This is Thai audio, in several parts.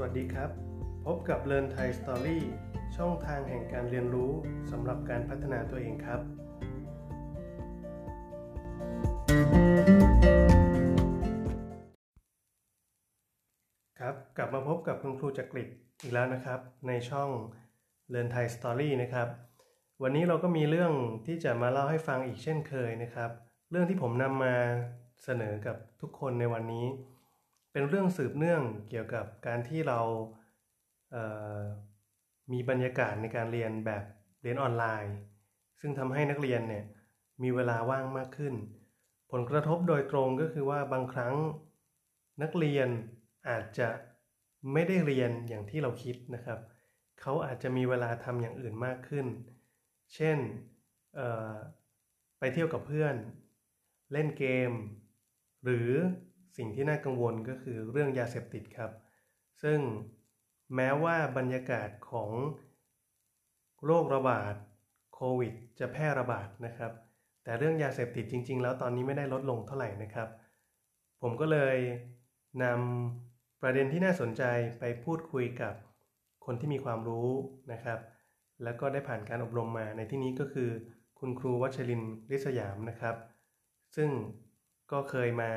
วัสดีครับ พบกับ Learn Thai Story ช่องทางแห่งการเรียนรู้สำหรับการพัฒนาตัวเองครับ ครับ กลับมาพบกับคุณครูจักริดอีกแล้วนะครับ ในช่อง Learn Thai Story นะครับ วันนี้เราก็มีเรื่องที่จะมาเล่าให้ฟังอีกเช่นเคยนะครับ เรื่องที่ผมนำมาเสนอกับทุกคนในวันนี้ เป็นเรื่องสืบเนื่องเกี่ยวกับการที่เราเอ่อมีบรรยากาศในการเรียนแบบเรียนออนไลน์ ซึ่งทำให้นักเรียนเนี่ยมีเวลาว่างมากขึ้น ผลกระทบโดยตรงก็คือว่าบางครั้งนักเรียนอาจจะไม่ได้เรียนอย่างที่เราคิดนะครับ เขาอาจจะมีเวลาทำอย่างอื่นมากขึ้น เช่นเอ่อไปเที่ยวกับเพื่อน เล่นเกม หรือสิ่งที่น่ากังวลก็คือเรื่องยาเสพติดครับ ซึ่งแม้ว่าบรรยากาศของโรคระบาดโควิด จะแพร่ระบาดนะครับ แต่เรื่องยาเสพติดจริง ๆ แล้วตอนนี้ไม่ได้ลดลงเท่าไหร่นะครับ ผมก็เลยนำประเด็นที่น่าสนใจไปพูดคุยกับคนที่มีความรู้นะครับ แล้วก็ได้ผ่านการอบรมมาในที่นี้ก็คือ คุณครูวัชรินทร์ลิศยามนะครับ ซึ่งก็เคยมา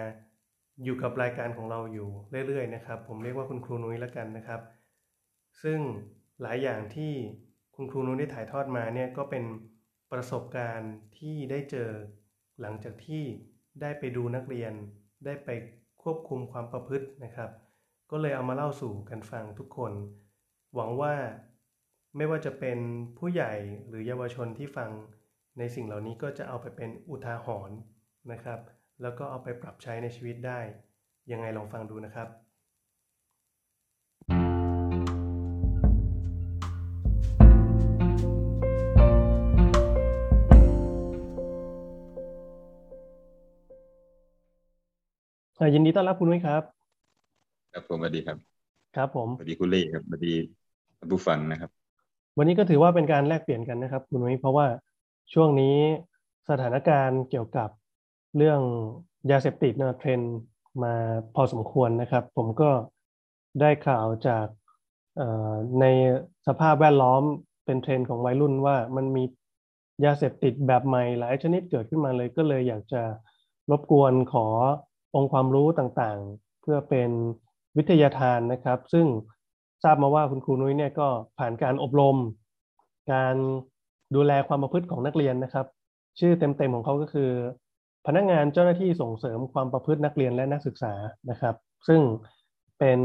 อยู่กับรายการของเราอยู่เรื่อยๆนะครับ ผมเรียกว่าคุณครูนุ้ยแล้วกันนะครับ ซึ่งหลายอย่างที่คุณครูนุ้ยได้ถ่ายทอดมาเนี่ยก็เป็นประสบการณ์ที่ได้เจอหลังจากที่ได้ไปดูนักเรียน ได้ไปควบคุมความประพฤตินะครับ ก็เลยเอามาเล่าสู่กันฟังทุกคน หวังว่าไม่ว่าจะเป็นผู้ใหญ่หรือเยาวชนที่ฟังในสิ่งเหล่านี้ก็จะเอาไปเป็นอุทาหรณ์นะครับ แล้วก็เอาไปปรับใช้ในชีวิตได้ ยังไงลองฟังดูนะครับ เอ่อยินดีต้อนรับคุณนุ้ยครับ ครับผมสวัสดีครับ ครับผม สวัสดีคุณเล่ครับสวัสดีท่านผู้ฟังนะครับ วันนี้ก็ถือว่าเป็นการแลกเปลี่ยนกันนะครับ คุณนุ้ยเพราะว่าช่วงนี้สถานการณ์เกี่ยวกับเรื่องยาเสพติดเนยเทรนด์มาพอสมควรนะครับ ผมก็ได้ข่าวจากเอ่อในสภาพแวดล้อมเป็นเทรนด์ของวัยรุ่นว่ามันมียาเสพติดแบบใหม่หลายชนิดเกิดขึ้นมาเลย ก็เลยอยากจะรบกวนขอองค์ความรู้ต่างๆ เพื่อเป็นวิทยาทานนะครับ ซึ่ง ทราบมาว่าคุณครูนุ้ยเนี่ยก็ผ่านการอบรม การดูแลความประพฤติของนักเรียนนะครับ ชื่อเต็มๆของเขาก็คือ พนักงานเจ้าหน้าที่ส่งเสริมความประพฤตินักเรียนและนักศึกษานะครับ ซึ่งเป็น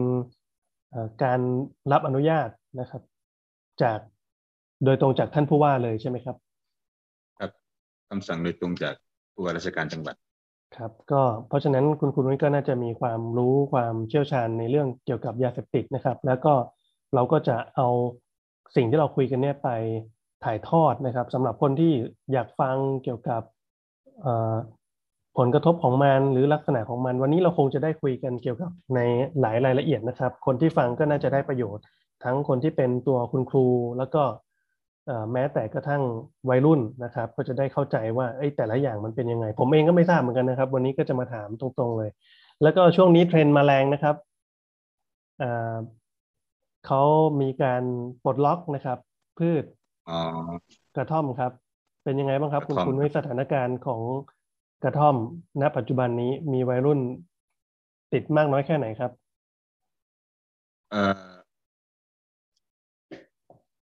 เอ่อการรับอนุญาตนะครับ จากโดยตรงจากท่านผู้ว่าเลยใช่ไหมครับ คำสั่งโดยตรงจากผู้ว่าราชการจังหวัด ครับก็เพราะฉะนั้นคุณครูนุ้ยก็น่าจะมีความรู้ความเชี่ยวชาญในเรื่องเกี่ยวกับยาเสพติดนะครับ แล้วก็เราก็จะเอาสิ่งที่เราคุยกันเนี่ยไปถ่ายทอดนะครับสำหรับคนที่อยากฟังเกี่ยวกับเอ่อผลกระทบของมันหรือลักษณะของมัน วันนี้เราคงจะได้คุยกันเกี่ยวกับในหลายรายละเอียดนะครับ คนที่ฟังก็น่าจะได้ประโยชน์ ทั้งคนที่เป็นตัวคุณครู แล้วก็เอ่อแม้แต่กระทั่งวัยรุ่นนะครับ ก็จะได้เข้าใจว่าเอ้ยแต่ละอย่างมันเป็นยังไง ผมเองก็ไม่ทราบเหมือนกันนะครับ วันนี้ก็จะมาถามตรงๆเลย แล้วก็ช่วงนี้เทรนด์มาแรงนะครับเอ่อเขามีการปลดล็อกนะครับ พืช อ๋อ กระท่อมครับ เป็นยังไงบ้างครับ คุณ กระท่อม คุณในสถานการณ์ของกระท่อม ณ ปัจจุบันนี้มีวัยรุ่นติดมากน้อยแค่ไหนครับ เอ่อ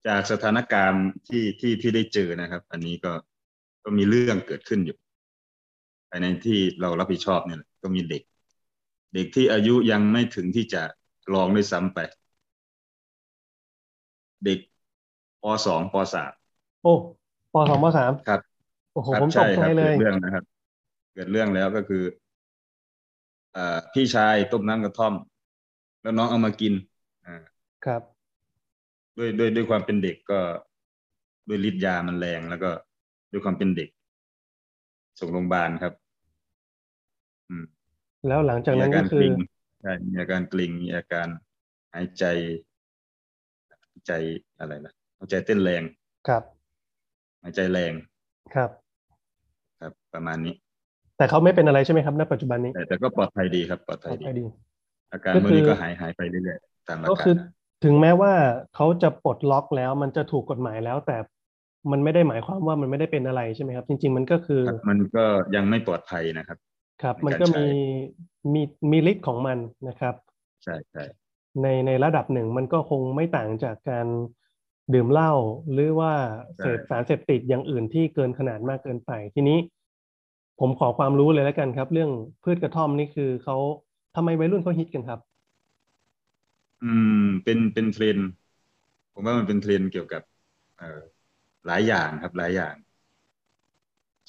จากสถานการณ์ที่ที่ที่ได้เจอนะครับ อันนี้ก็ก็มีเรื่องเกิดขึ้นอยู่ภายในที่เรารับผิดชอบเนี่ยแหละก็มีเด็ก เด็กที่อายุยังไม่ถึงที่จะลองด้วยซ้ำไป เด็กปสองปสาม โอ้ปสองปสาม ครับ โอ้โห ครับ ผมต ใช่ ก ค ใจ รับ เล เกิ ย ดเรื่องนะครับ เกิดเรื่องแล้วก็คือเอ่อพี่ชายต้มน้ำกระท่อม แล้วน้องเอามากินอ่า ครับ ด้วยด้วยด้วยความเป็นเด็กก็ด้วยฤทธิ์ยามันแรงแล้วก็ด้วยความเป็นเด็ก ส่งโรงพยาบาลครับ แล้วหลังจาก มี นั้ อาน กา ก็ ร คื เก อ ร็งใช่มีอาการเกร็งมีอาการหายใจหายใจอะไรนะหายใจเต้นแรง ครับ หายใจแรง ครับ ครับ ประมาณนี้ แต่เขาไม่เป็นอะไรใช่ไหมครับ ณ ปัจจุบันนี้ แต่แต่ก็ปลอดภัยดีครับ ปลอด ป ภั ล ย อด ดี ภัยดี อาการ ก็ พวกนี้ คือ ก็หายหายไปเรื่อย ตามหลัก ก็ กา คือ ร ถึงแม้ว่าเขาจะปลดล็อกแล้วมันจะถูกกฎหมายแล้ว แต่มันไม่ได้หมายความว่ามันไม่ได้เป็นอะไรใช่ไหมครับ จริง ๆ มันก็คือ ครับมันก็ยังไม่ปลอดภัยนะครับ ครับ ในการ มันก็ ใช้ มีมีมีลิ์ของมันนะครับ ใช่ใช่ ในในระดับหนึ่งมันก็คงไม่ต่างจากการดื่มเหล้าหรือว่าเสพสารเสพติดอย่างอื่นที่เกินขนาดมากเกินไปทีนี้ ผมขอความรู้เลยแล้วกันครับ เรื่องพืชกระท่อมนี่คือเขาทำไมวัยรุ่นเขาฮิตกันครับ อืมเป็นเป็นเทรนด์ผมว่ามันเป็นเทรนด์เกี่ยวกับ เอ่อหลายอย่างครับหลายอย่าง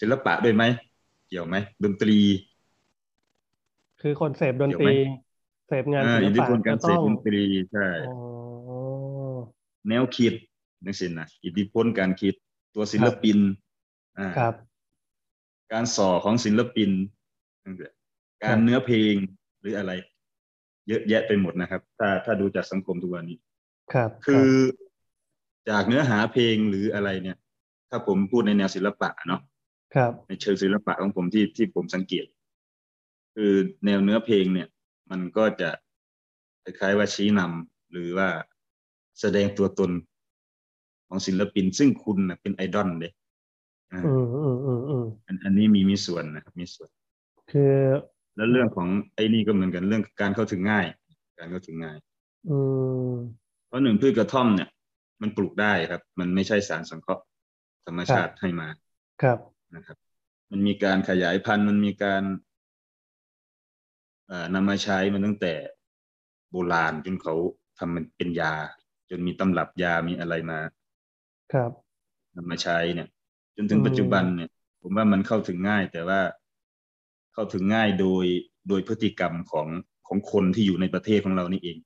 ศิลปะด้วยไหมเกี่ยวไหมดนตรี คือคนเสพดนตรีเสพงาน อ่า ศิล อิทธิ ปะ พลการ ก็ เส ต้ พ อง ดนตรีใช่ อ๋อ แนวคิดนั่นสินะอิทธิพลการคิดตัวศิลปินอ่า ครับ การส่อของศิลปินนั่นแหละกา ครั ร บ เนื้อเพลงหรืออะไร เยอะแยะไปหมดนะครับ ถ้าถ้าดูจากสังคมทุกวันนี้ ครับ คือจากเนื้อหาเพลงหรืออะไรเนี่ย ถ้าผมพูดในแนวศิลปะเนาะ ครับ ในเชิงศิลปะของผมที่ที่ผมสังเกต คือแนวเนื้อเพลงเนี่ย มันก็จะคล้ายๆว่าชี้นำหรือว่าแสดงตัวตนของศิลปิน ซึ่งคุณนะเป็นไอดอลเลยอ่า อืมอืมอืมอืม อันอันนี้มีมีส่วนนะครับมีส่วน คือ แล้วเรื่องของไอ้นี่ก็เหมือนกันเรื่องการเข้าถึงง่าย การเข้าถึงง่าย อืม เพราะหนึ่งพืชกระท่อมเนี่ย มันปลูกได้ครับ มันไม่ใช่สารสังเคราะห์ธรรมชาติให้มา ครับ นะครับ มันมีการขยายพันธุ์มันมีการเอ่อนำมาใช้มันตั้งแต่โบราณจนเขาทำมันเป็นยา จนมีตำรับยามีอะไรมา ครับ นำมาใช้เนี่ย จนถึง อืม ปัจจุบันเนี่ย ผมว่ามันเข้าถึงง่าย แต่ว่าเข้าถึงง่ายโดยโดยพฤติกรรมของของคนที่อยู่ในประเทศของเรานี่เอง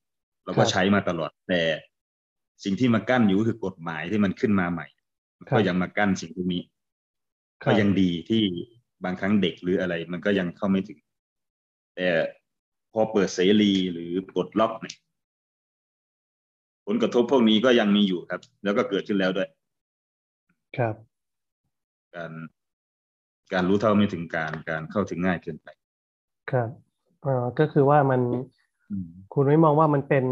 เราก็ใช้มาตลอดแต่สิ่งที่มากั้นอยู่ก็คือกฎหมายที่มันขึ้นมาใหม่ ครับ ก็ยังมากั้นสิ่งพวกนี้ ค ก็ รับ ยังดีที่บางครั้งเด็กหรืออะไร มันก็ยังเข้าไม่ถึง แต่พอเปิดเสรีหรือปลดล็อกเนี่ยผลกระทบพวกนี้ก็ยังมีอยู่ครับ แล้วก็เกิดขึ้นแล้วด้วย ครับ การการรู้เท่าไม่ถึงการการเข้าถึงง่ายเกินไป ครับเอ่อก็คือว่ามัน อืม คุณไม่มองว่ามันเป็น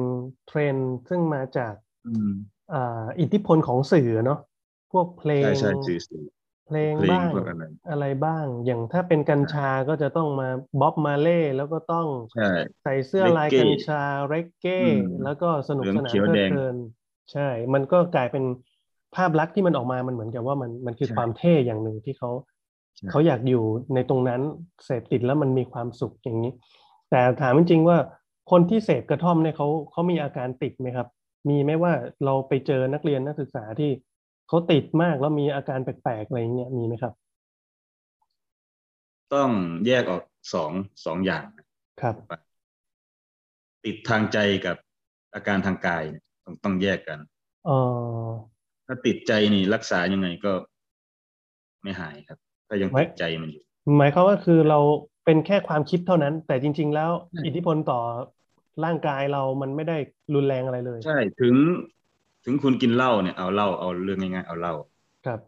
เทรนด์ซึ่งมาจาก อืม อ่าอิทธิพลของสื่อเนาะ พวกเพล ใช่ ง ใช่สื่อสื่อ เพลง เพลง บ้าง พวกอะไร อะไรบ้าง อย่างถ้าเป็นกัญชาก็จะต้องมาบ๊อบมาเล่แล้วก็ต้อง ใช่ ใส่เสื้อลาย เรกเก้ กัญชาเรกเก้ อืม แล้วก็สนุกสนาน เหลืองเขียว เพลิ แด ด ง เพลิน ใช่ มันก็กลายเป็นภาพลักษณ์ที่มันออกมา มันเหมือนกับว่ามันมันคือ ใช่ ความเท่อย่างหนึ่งที่เขา ใช่ เขาอยากอยู่ในตรงนั้นเสพติดแล้วมันมีความสุขอย่างนี้ แต่ถามจริงๆว่าคนที่เสพกระท่อมเนี่ยเขาเขามีอาการติดไหมครับ มีไหมว่าเราไปเจอนักเรียนนักศึกษาที่เขาติดมากแล้วมีอาการแปลกๆอะไรอย่างเงี้ยมีไหมครับ ต้องแยกออกสองสองอย่าง ครับ ติดทางใจกับอาการทางกายเนี่ยต้องต้องแยกกัน เออ ถ้าติดใจนี่รักษายังไงก็ไม่หายครับ ถ้ายัง ไม่ ติดใจมันอยู่ หมายความว่าคือเราเป็นแค่ความคิดเท่านั้น แต่จริง ๆ แล้ว ใช่ อิทธิพลต่อร่างกายเรามันไม่ได้รุนแรงอะไรเลย ใช่ถึงถึงคุณกินเหล้าเนี่ยเอาเหล้าเอาเรื่องง่ายๆเอาเหล้า ครับ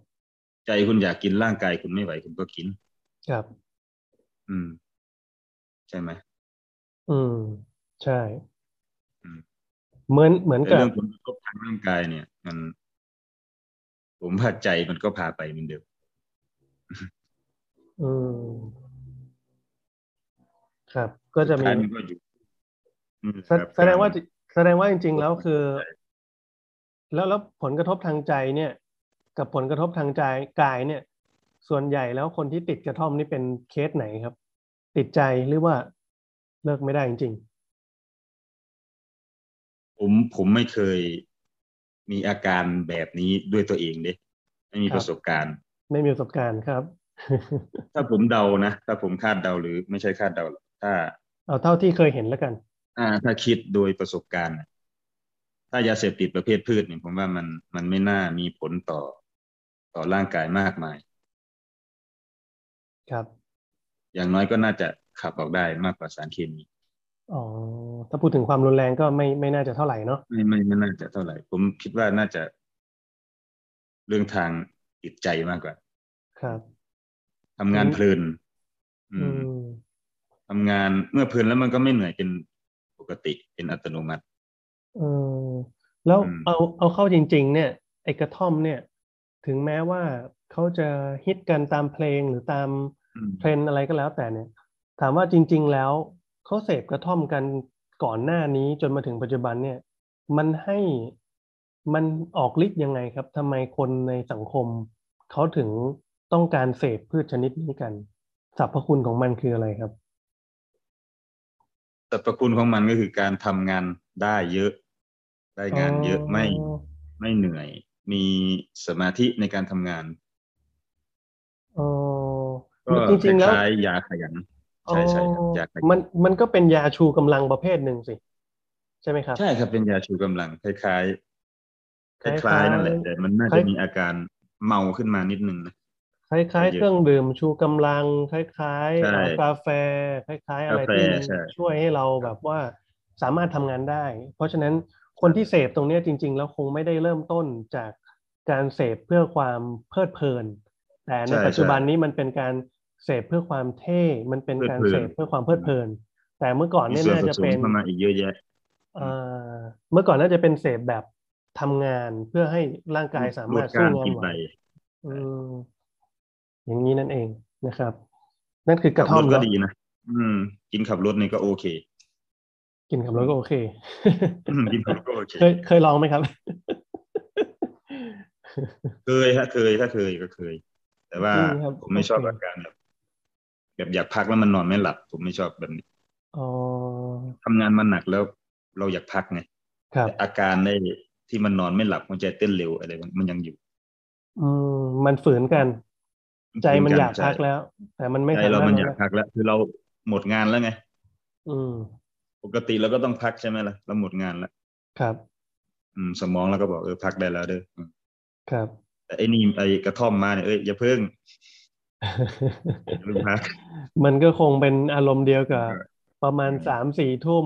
ใจคุณอยากกินร่างกายคุณไม่ไหวคุณก็กิน ครับ อืม ใช่ไหม อืม ใช่ อืม เหมือนเหมือน แต่ กับ เรื่องผลกระทบทางร่างกายเนี่ย มัน ผมว่าใจมันก็พาไปเหมันเดิม อืม ครับ ก็จะ สุด มี ท้ายมันก็อยู่อืม แส ครับ แสดงว่าแสดงว่าจริง ๆ แล้วคือ ใช่ แล้วแล้วผลกระทบทางใจเนี่ย กับผลกระทบทางใจกายเนี่ย ส่วนใหญ่แล้วคนที่ติดกระท่อมนี่เป็นเคสไหนครับ ติดใจหรือว่าเลิกไม่ได้จริง ๆ ผมผมไม่เคยมีอาการแบบนี้ด้วยตัวเองเด้ไม่มี ครับ ประสบการณ์ ไม่มีประสบการณ์ครับ ถ้าผมเดานะ ถ้าผมคาดเดาหรือไม่ใช่คาดเดาหรอกถ้า เอาเท่าที่เคยเห็นแล้วกัน อ่า ถ้าคิดโดยประสบการณ์น่ะถ้ายาเสพติดประเภทพืชเนี่ยผมว่ามันมันไม่น่ามีผลต่อต่อร่างกายมากมาย ครับ อย่างน้อยก็น่าจะขับออกได้มากกว่าสารเคมี อ๋อ ถ้าพูดถึงความรุนแรงก็ไม่ไม่น่าจะเท่าไหร่เนาะ ไม่ไม่ไม่น่าจะเท่าไหร่ ผมคิดว่าน่าจะเรื่องทางจิตใจมากกว่า ครับ ทำงาน อืม เพลิน อื อื ม ม ทำงานเมื่อเพลินแล้วมันก็ไม่เหนื่อยเป็นปกติเป็นอัตโนมัติ เออแล้ว อืม เอาเอาเข้าจริง ๆ เนี่ยไอ้กระท่อมเนี่ย ถึงแม้ว่าเขาจะฮิตกันตามเพลงหรือตาม อืม เทรนด์อะไรก็แล้วแต่เนี่ย ถามว่าจริง ๆ แล้วเขาเสพกระท่อมกันก่อนหน้านี้จนมาถึงปัจจุบันเนี่ย มันให้มันออกฤทธิ์ยังไงครับทำไมคนในสังคมเขาถึงต้องการเสพพืชชนิดนี้กันสรรพคุณของมันคืออะไรครับ สรรพคุณของมันก็คือการทำงานได้เยอะ ได้งานเยอะไม่ไม่เหนื่อย มีสมาธิในการทำงาน เออ ก็ จริงๆแล้ว คล้ายๆยาขยัน ใช่ใช่ครับยาขยัน มันมันก็เป็นยาชูกำลังประเภทหนึ่งสิ ใช่ไหมครับ ใช่ครับเป็นยาชูกำลังคล้ายๆคคล้ายๆ ล้ายๆนั่นแหละแต่มันน่า คล้า จะ ย มีอาการเมาขึ้นมานิดนึงนะ คล้ายๆเครื่องดื่มชูกำลัง คล้าย ใช่ ๆกาแฟ คล้าย ๆ อะไร กาแฟ ที่มัน ใช่ ช่วยให้เราแบบว่าสามารถทำงานได้ เพราะฉะนั้นคนที่เสพตรงเนี้ยจริง ๆ แล้วคงไม่ได้เริ่มต้นจากการเสพเพื่อความเพลิดเพลิน แต่ในปัจจุบันนี้มันเป็นการเสพเพื่อความเท่ มันเป็นการเสพเพื่อความเพลิดเพลิน แต่เมื่อก่อน มี เนี่ย ส่วน น่า ผ จะ สม เป็น เข้ามาอีกเยอะแยะ เอ่อเมื่อก่อนน่าจะเป็นเสพแบบทำงานเพื่อให้ร่างกายสามารถสู้งานไหวอืมอย่างนี้นั่นเองนะครับ นั่นคือก ขั ระ บ ท่ ร อ ถ ม ก็ เนาะ ดีนะอืม กินขับรถนี่ก็โอเค กินขับรถก็โอเค อืมกินขับรถก็โอเค เคยเคยลองไหมครับ เคยฮะเคยถ้าเคยก็เคย แต่ว่า จริงครับ ผมไม่ชอบ โอเค อาการแบบแบบอยากพักแล้วมันนอนไม่หลับ ผมไม่ชอบแบบนี้ อ๋อ ทำงานมันหนักแล้วเราอยากพักไง ครับ แต่อาการในที่มันนอนไม่หลับหัวใจเต้นเร็วอะไรมันมันยังอยู่ อืมมันฝืนกัน ใจมันอยาก ใช่ พักแล้ว แต่มันไม่ ใจ สา เรา มารถ มันอยาก นะ พักแล้ว คือเราหมดงานแล้วไง อืม ปกติเราก็ต้องพักใช่ไหมล่ะเราหมดงานแล้ว ครับ อืม สมองเราก็บอกเออพักได้แล้วเด้ออืม ครับ แต่ไอ้นี่ไอ้กระท่อมมาเนี่ยเอ้ยอย่าเพิ่งอย่าเพิ่งพัก มันก็คงเป็นอารมณ์เดียวกับ เออ ประมาณ อืม สามสี่ทุ่ม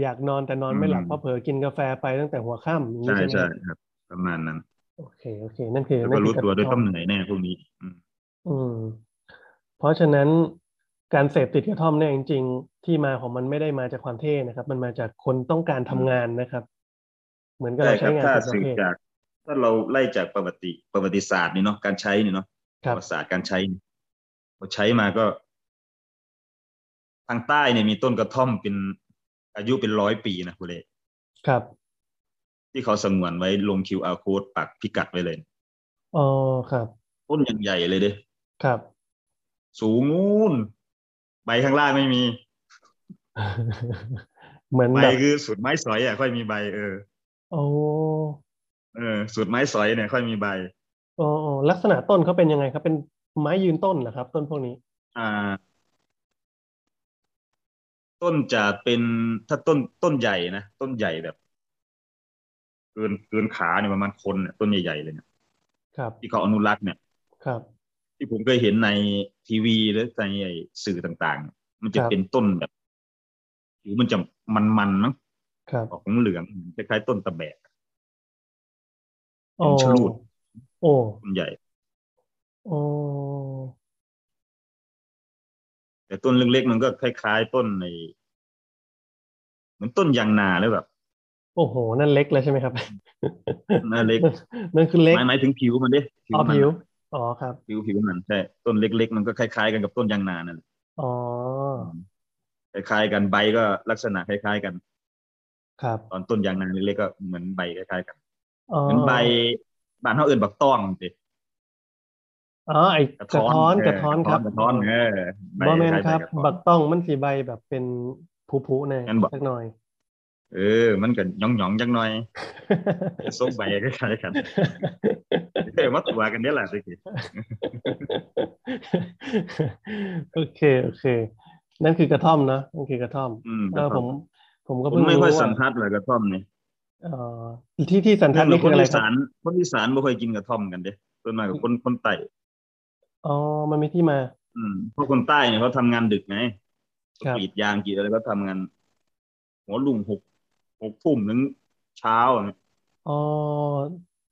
อยากนอนแต่นอนไม่หลับ อืม เพราะเผลอกินกาแฟไปตั้งแต่หัวค่ำอย่างนี้ ใช่ ใช่ไหใช่ม ครับ ประมาณนั้น โอเคโอเค นั่นคือ แล้ว นั่ ก็ น รู้ คือก ตัวด้วย ระ ต้ ท่ออง ม เหนื่อยแน่พวกนี้ อืม อืม เพราะฉะนั้นการเสพติดกระท่อมเนี่ยจริงๆ ที่มาของมันไม่ได้มาจากความเท่นะครับ มันมาจากคนต้องการทำงานนะครับ เหมือนกับ ใช่ เรา ค ใช้งานรับเป็นประถ้าสืบ เภท จาก ถ้าเราไล่จากประวัติประวัติศาสตร์นี่เนาะการใช้นี่เนาะ ค ป รับ ระวัติศาสตร์การใช้นี่พอใช้มาก็ ทางใต้เนี่ยมีต้นกระท่อมเป็นอายุเป็นร้อยปีนะคุณเล ครับ ที่เขาสงวนไว้ลง QR code ปักพิกัดไว้เลย อ๋อครับ ต้นอย่างใหญ่เลยเด้ ครับ สูงนู่นใบข้างล่างไม่มี เหมือน ใบ แบบ คือสุดไม้สอยอ่ะค่อยมีใบเออ โอ้ เออสุดไม้สอยเนี่ย ค่อยมีใบ โอ้โอ้ลักษณะต้นเขาเป็นยังไงครับ เป็นไม้ยืนต้นเหรอครับ ต้นพวกนี้ อ่า ต้นจะเป็นถ้าต้นต้นใหญ่นะต้นใหญ่แบบเกินเกินขาเนี่ยประมาณคนเนี่ยต้นใหญ่ๆเลยเนี่ย ครับ ที่เขาอนุรักษ์เนี่ย ครับ ที่ผมเคยเห็นในทีวีหรือในสื่อต่างๆ มันจะ ครับ เป็นต้นแบบหรือมันจะมันๆมั้ง ครับ ออกเหลืองๆคล้ายๆต้นตะแบก โอ้ ชะลูด โอ้ ต้นใหญ่ โอ้ แต่ต้นเล็กๆมันก็คล้ายๆ ต้นในเหมือนต้นยางนาหรือแบบ โอ้โห นั่นเล็กเลยใช่ไหมครับ นั่นเล็ก นั่นคือเล็ก หมายหมายถึงผิวมันดิผิว อ๋อ มัน ผิว อะ อ๋อครับ ผิวผิวมันใช่ต้นเล็ก ๆ มันก็คล้ายๆกันกับต้นยางนานั่นแหละ อ๋อ คล้ายๆกันใบก็ลักษณะคล้ายๆกัน ครับ ตอนต้นยางนาเล็กๆก็เหมือนใบคล้ายๆกัน อ๋อ เหมือนใบบ้านเขาเอื่นบักต้องสิ อ๋อไอ้กระท้อนกระท้อน เ ครับ กระท้อนเออใบ บ่แมน คล้ายๆ ค ใบ รับ กระท้อน บักต้องมันสีใบแบบเป็นผุๆหน่อย งั้นบอก สักหน่อย เออ มันก็หย่องๆจังหน่อยส้มใบคล้ายๆกันเออมาตัวกันเนี่ยแหละสิ โอเคโอเค นั่นคือกระท่อมเนอะนั่นคือกระท่อม อืม เออก ระท่ ผ อม ม ผมก็ ผ เพิ่ ม ง ไม่ค่อย รู้ว่า สันทัดเลยกระท่อมนี่ เอ่อที่ที่สันทัดนี่ ค คือน อะไรคอีรับ สานคนอีสานไม่ค่อยกินกระท่อมกันเด้ส่วนมากกับคนคนใต้ อ๋อ มันมีที่มา อืมเพราะคนใต้เนี่ยเขาทำงานดึกไง ครับ กรีดยางกรีดอะไรก็ทำงาน หัวลุงหกหกทุ่มถึงเช้าอะ อ๋อ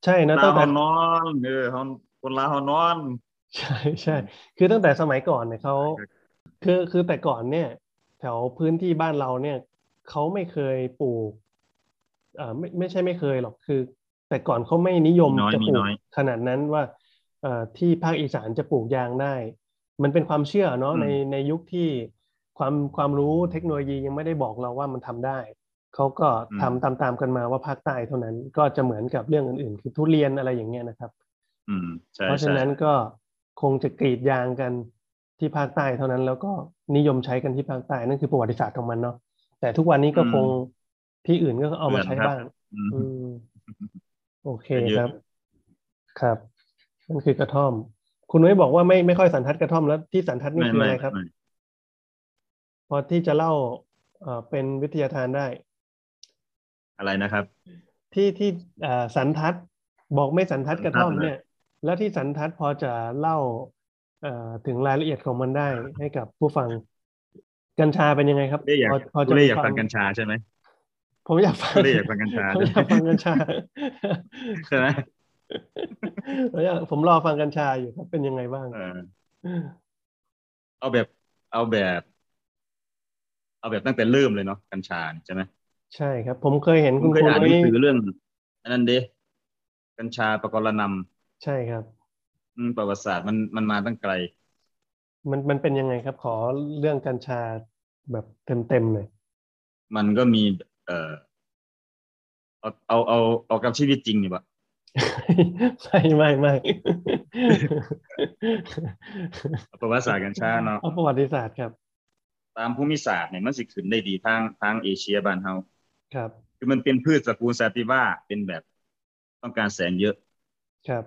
ใช่นะ ลา ตั้งแต่ เขานอนเออเขาคนลาเขานอน ใช่ใช่ คือตั้งแต่สมัยก่อนเนี่ยเขาคือคือแต่ก่อนเนี่ย แถวพื้นที่บ้านเราเนี่ย เขาไม่เคยปลูก เอ่อไม่ไม่ใช่ไม่เคยหรอกคือ แต่ก่อนเขาไม่นิยม น้อย จะปลู มี ก น้อย ขนาดนั้นว่าเอ่อที่ภาคอีสานจะปลูกยางได้ มันเป็นความเชื่อเนาะ อืม ในในยุคที่ความความรู้เทคโนโลยียังไม่ได้บอกเราว่ามันทำได้เขาก็ทำตามๆกันมาว่าภาคใต้เท่านั้นก็จะเหมือนกับเรื่องอื่นๆ คือทุเรียนอะไรอย่างเงี้ยนะครับ อืมใช่ เพราะฉะ ใช่ นั้นก็คงจะกรีดยางกันที่ภาคใต้เท่านั้น แล้วก็นิยมใช้กันที่ภาคใต้นั่นคือประวัติศาสตร์ของมันเนาะแต่ทุกวันนี้ก็คงที่อื่นก็เอามาใช้บ้าง อืม อืม โอเค เย ค อะ รับ ครับนั่นคือกระท่อม คุณนุ้ยบอกว่าไม่ไม่ค่อยสันทัดกระท่อมแล้วที่สันทัดนี่ ไม่ คือ ไม่ อะไรครับ ไม่ พอที่จะเล่าเอ่อเป็นวิทยาทานได้ อะไรนะครับ ที่ที่เอ่อสันทัดบอกไม่สันทัดกระท่อมเนี่ย แล้วที่สันทัดพอจะเล่าเอ่อถึงรายละเอียดของมันได้ให้กับผู้ฟัง กัญชาเป็นยังไงครับ ได้อยาก พอพอ คุ จะ ณเล่ มี อยาก ควา ฟัง ม กัญชาใช่ไหม ผมอยากฟัง คุณเล่อยากฟังกัญชา ผมอยากฟังกัญชา ใช่ไหม ผมอยากผมรอฟังกัญชาอยู่ครับเป็นยังไงบ้าง เออ เอาแบบ เอาแบบ เอาแบบตั้งแต่เริ่มเลยเนาะกัญชาเนี่ยใช่ไหม ใช่ครับ ผมเคยเห็น คุ คุณ ณ เคยอ่านหนัง นี่ สือเรื่องอันนั้นเดกัญชาปกรณำ ใช่ครับ อืมประวัติศาสตร์มันมันมาตั้งไกล มันมันเป็นยังไงครับ ขอเรื่องกัญชาแบบเต็มเต็มๆเลย มันก็มี เออเอาเอาเอาเอากับชีวิตจริงดีกว่า ไม่ไม่ไม่ เอาประวัติศาสตร์กัญชาเนาะ เอาประวัติศาสตร์ครับ ตามภูมิศาสตร์เนี่ยมันสิขึ้นได้ดีทางทางเอเชียบ้านเฮา ครับ คือมันเป็นพืชตระกูลซาติว่าเป็นแบบต้องการแสงเยอะ ครับ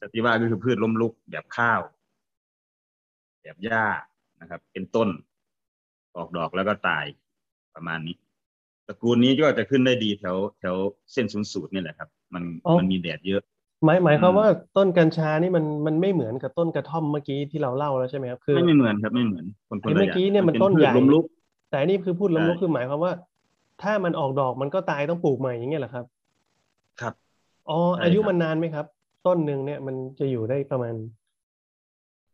ซาติว่าก็คือพืชล้มลุกแบบข้าว แบบหญ้านะครับ เป็นต้น ออกดอกแล้วก็ตายประมาณนี้ ตระกูลนี้ก็จะขึ้นได้ดีแถวแถวเส้นศูนย์สูตรนี่แหละครับ มันมันมีแดดเยอะ หมายหมายความ อืม ว่าต้นกัญชานี่มันมันไม่เหมือนกับต้นกระท่อมเมื่อกี้ที่เราเล่าแล้วใช่ไหมครับคือ ไม่ไม่เหมือนครับไม่เหมือนคนคน ไอ้ ละ เมื่ อ อย่าง กี้เนี่ยมัน ป็ ต้น พืช ใหญ่ ล้มลุก แต่อันนี่คือพูดล้มลุก ใช่ คือหมายความว่า ถ้ามันออกดอกมันก็ตายต้องปลูกใหม่อย่างเงี้ยเหรอครับ ครับ อ๋อ ใช่ อายุ ครับ มันนานไหมครับ ต้นหนึ่งเนี่ยมันจะอยู่ได้ประมาณ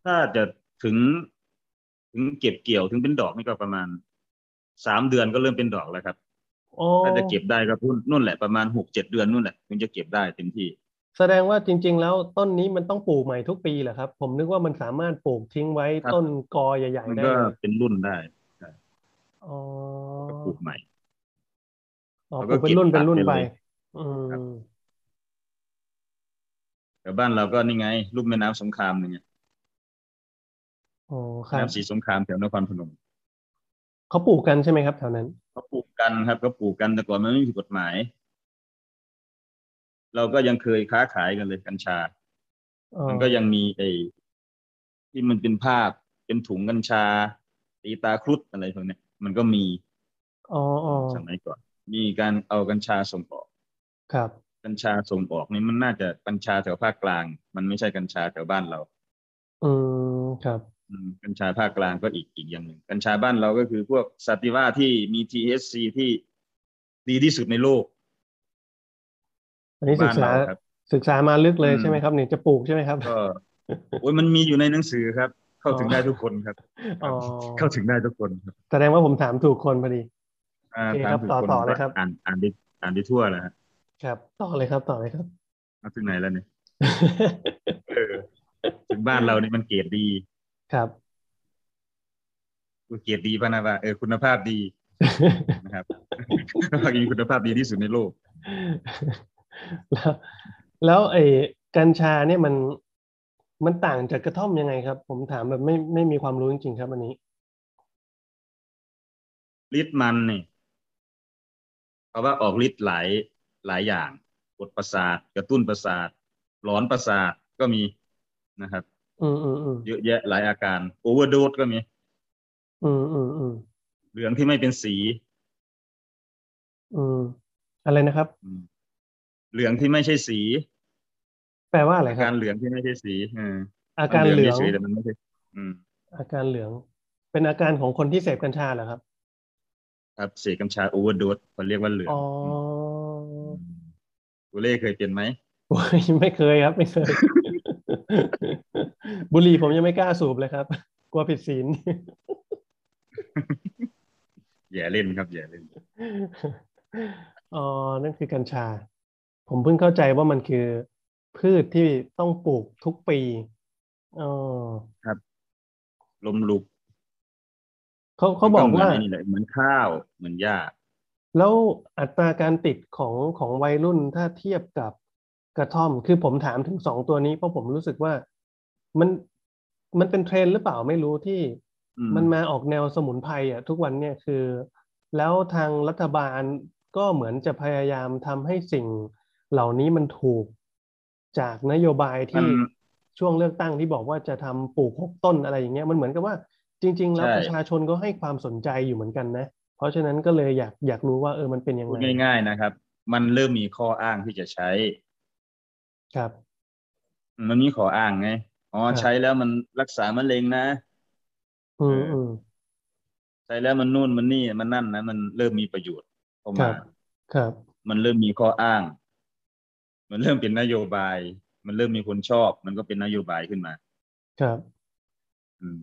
ถ้าจะถึงถึงเก็บเกี่ยวถึงเป็นดอกนี่ก็ประมาณสามเดือนก็เริ่มเป็นดอกแล้วครับ อ๋อ ถ้าจะเก็บได้ก็พุ่นนู่นแหละประมาณหกเจ็ดเดือนนู่นแหละถึงจะเก็บได้เต็มที่ แสดงว่าจริง ๆ แล้วต้นนี้มันต้องปลูกใหม่ทุกปีเหรอครับ ผมนึกว่ามันสามารถปลูกทิ้งไว้ ครับ ต้นกอใหญ่ มั ๆ น ได้ ก็ เลย เป็นรุ่นได้ อ๋อ ก็ปลูกใหม่ อ๋อ แล้ว ป ก็ ลูกเป็นรุ่นเป็นรุ่น เก็บตัไปดไปเลย อืม แต่บ้านเราก็นี่ไงรูปแม่น้ำสงครามเนี่ย อ๋อค แม่ รับ น้ำสีสงครามแถวนครพนม เขาปลูกกันใช่ไหมครับแถวนั้น เขาปลูกกันครับเขาปลูกกันแต่ก่อนมันไม่มีกฎหมาย เราก็ยังเคยค้าขายกันเลยกัญชา อ๋อ มันก็ยังมีไอ้ที่มันเป็นภาพเป็นถุงกัญชาตีตาครุฑอะไรพวกเนี้ยมันก็มี อ๋ออ๋อ สมัยก่อน มีการเอากัญชาส่งออก ครับ กัญชาส่งออกนี่มันน่าจะกัญชาแถวภาคกลาง มันไม่ใช่กัญชาแถวบ้านเรา อืมครับ อืมกัญชาภาคกลางก็อีกอีกอย่างหนึ่งกัญชาบ้านเราก็คือพวกสาติว่าที่มี THC ที่ดีที่สุดในโลก อันนี้ศึ บ้าก น ษา เราครับ ศึกษามาลึกเลย อืม ใช่ไหมครับเนี่ยจะปลูกใช่ไหมครับ ก็โอ้ยมันมีอยู่ในหนังสือครับ เข้าถึงได้ทุกคนครับ อ๋อ เข้าถึงได้ทุกคนครับ แสดงว่าผมถามถูกคนพอดี อ่า โอเค ถาม ครับ ถึง ต่อ คน ต่อเลยครับ อ่านอ่านได้อ่านได้ทั่วแล้วฮะ ครับ ต่อเลยครับต่อเลยครับ เอาถึงไหนแล้วเนี่ยเออถึงบ้านเรานี่มันเกรดดี ครับ เกรดดีพะนะว่าเออคุณภาพดีนะครับ กินคุณภาพดีที่สุดในโลก แล้วแล้วไอ้กัญชาเนี่ยมันมันต่างจากกระท่อมยังไงครับ ผมถามแบบไม่ไม่มีความรู้จริงๆครับอันนี้ ฤทธิ์มันนี่เพราะว่าออกฤทธิ์หลายหลายอย่างกดประสาท กระตุ้นประสาท หลอนประสาทก็มีนะครับ อืมอืมอืม เยอะแยะหลายอาการโอเวอร์โดสก็มี อืมอืมอืม เหลืองที่ไม่เป็นสี อืมอะไรนะครับ อืมเหลืองที่ไม่ใช่สี แปลว่าอะไร อา ครั การ บ เหลืองที่ไม่ใช่สีอืม อาการเหลือง เฉยๆแต่มันไม่ใช่อืม อาการเหลือง เป็นอาการของคนที่เสพกัญชาเหรอครับ ครับเสพกัญชาโอเวอร์โดสเขาเรียกว่าเหลือง อ๋อ มตัวเลขเคยเป็นไหม โอ้ยไม่เคยครับ ไม่เค ย บุหรี่ผมยังไม่กล้าสูบเลยครับ กลัวผิดศี ล อย่าเล่นครับอย่าเล่น อ๋อนั่นคือกัญชา ผมเพิ่งเข้าใจว่ามันคือพืชที่ต้องปลูกทุกปีอ๋อ ลมลุก เขาเขา มับนอกก็เหมือน ว่า ไอ้นี่แหละเหมือนข้าวเหมือนหญ้า แล้วอัตราการติดของของวัยรุ่นถ้าเทียบกับกระท่อม คือผมถามถึงสองตัวนี้เพราะผมรู้สึกว่ามันมันเป็นเทรนด์หรือเปล่าไม่รู้ที่ อืม มันมาออกแนวสมุนไพรอ่ะทุกวันเนี่ยคือ แล้วทางรัฐบาลก็เหมือนจะพยายามทำให้สิ่งเหล่านี้มันถูกจากนโยบาย มั ที่ น ช่วงเลือกตั้งที่บอกว่าจะทำปลูกหกต้นอะไรอย่างเงี้ยมันเหมือนกับว่า จริง ๆ แล้ว ใช่ ประชาชนก็ให้ความสนใจอยู่เหมือนกันนะ เพราะฉะนั้นก็เลยอยากอยากรู้ว่าเออมันเป็นยัง พูด ไง ง่าย ๆนะครับ มันเริ่มมีข้ออ้างที่จะใช้ ครับ มันมีข้ออ้างไงอ๋อ ครับ ใช้แล้วมันรักษามะเร็งนะ อืม เอออื อืม ใช้แล้วมันนู่นมันนี่มันนั่นนะมันเริ่มมีประโยชน์เข้า ครั มา บ ครับ มันเริ่มมีข้ออ้าง มันเริ่มเป็นนโยบาย มันเริ่มมีคนชอบ มันก็เป็นนโยบายขึ้นมา ครับ อืม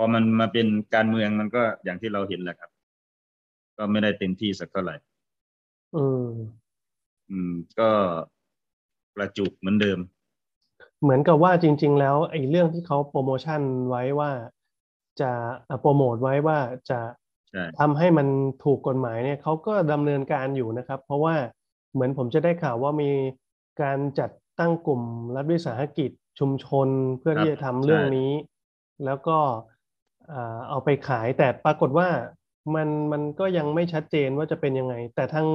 พอมันมาเป็นการเมืองมันก็อย่างที่เราเห็นแหละครับ ก็ไม่ได้เต็มที่สักเท่าไหร่ อืม อืม ก็ประจุเหมือนเดิม เหมือนกับว่าจริง ๆ แล้วไอ้เรื่องที่เขาโปรโมชั่นไว้ว่าจะเอ่อโปรโมทไว้ว่าจะ ใช่ ทำให้มันถูกกฎหมายเนี่ยเขาก็ดำเนินการอยู่นะครับ เพราะว่าเหมือนผมจะได้ข่าวว่ามีการจัดตั้งกลุ่มรัฐวิสาหกิจชุมชนเพื่อ ครับ ที่จะทำเรื่อง ใช่ นี้ แล้วก็เอ่อเอาไปขายแต่ปรากฏว่ามันมันก็ยังไม่ชัดเจนว่าจะเป็นยังไง แต่ทาง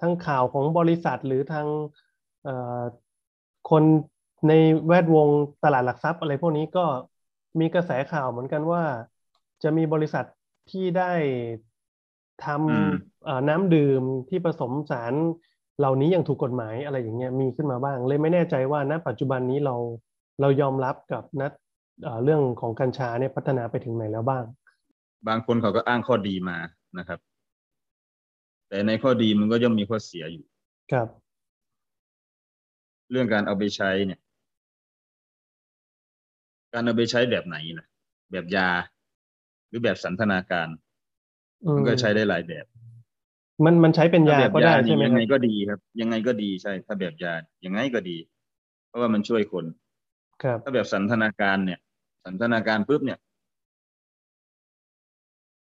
ทางข่าวของบริษัทหรือทาง เอ่อคนในแวดวงตลาดหลักทรัพย์อะไรพวกนี้ก็มีกระแสข่าวเหมือนกันว่า จะมีบริษัทที่ได้ท อืม ำเอ่อน้ำดื่มที่ผสมสารเหล่านี้อย่างถูกกฎหมายอะไรอย่างเงี้ยมีขึ้นมาบ้าง เลยไม่แน่ใจว่าณปัจจุบันนี้เราเรายอมรับกับนัดเอ่อเรื่องของกัญชาเนี่ยพัฒนาไปถึงไหนแล้วบ้าง บางคนเขาก็อ้างข้อดีมานะครับ แต่ในข้อดีมันก็ย่อมมีข้อเสียอยู่ ครับ เรื่องการเอาไปใช้เนี่ย การเอาไปใช้แบบไหนล่ะ แบบยา หรือแบบสันทนาการ อื มัน ม ก็ใช้ได้หลายแบบ มันมันใช้เป็ถ้ายนา แบบ ก็ ยา ได้ นี่ ใช่ไหม ยัง ครั ไง บ ก็ดีครับ ยังไงก็ดีใช่ ถ้าแบบยายังไงก็ดี เพราะว่ามันช่วยคน ครับ ถ้าแบบสันทนาการเนี่ย สันทนาการปุ๊บเนี่ย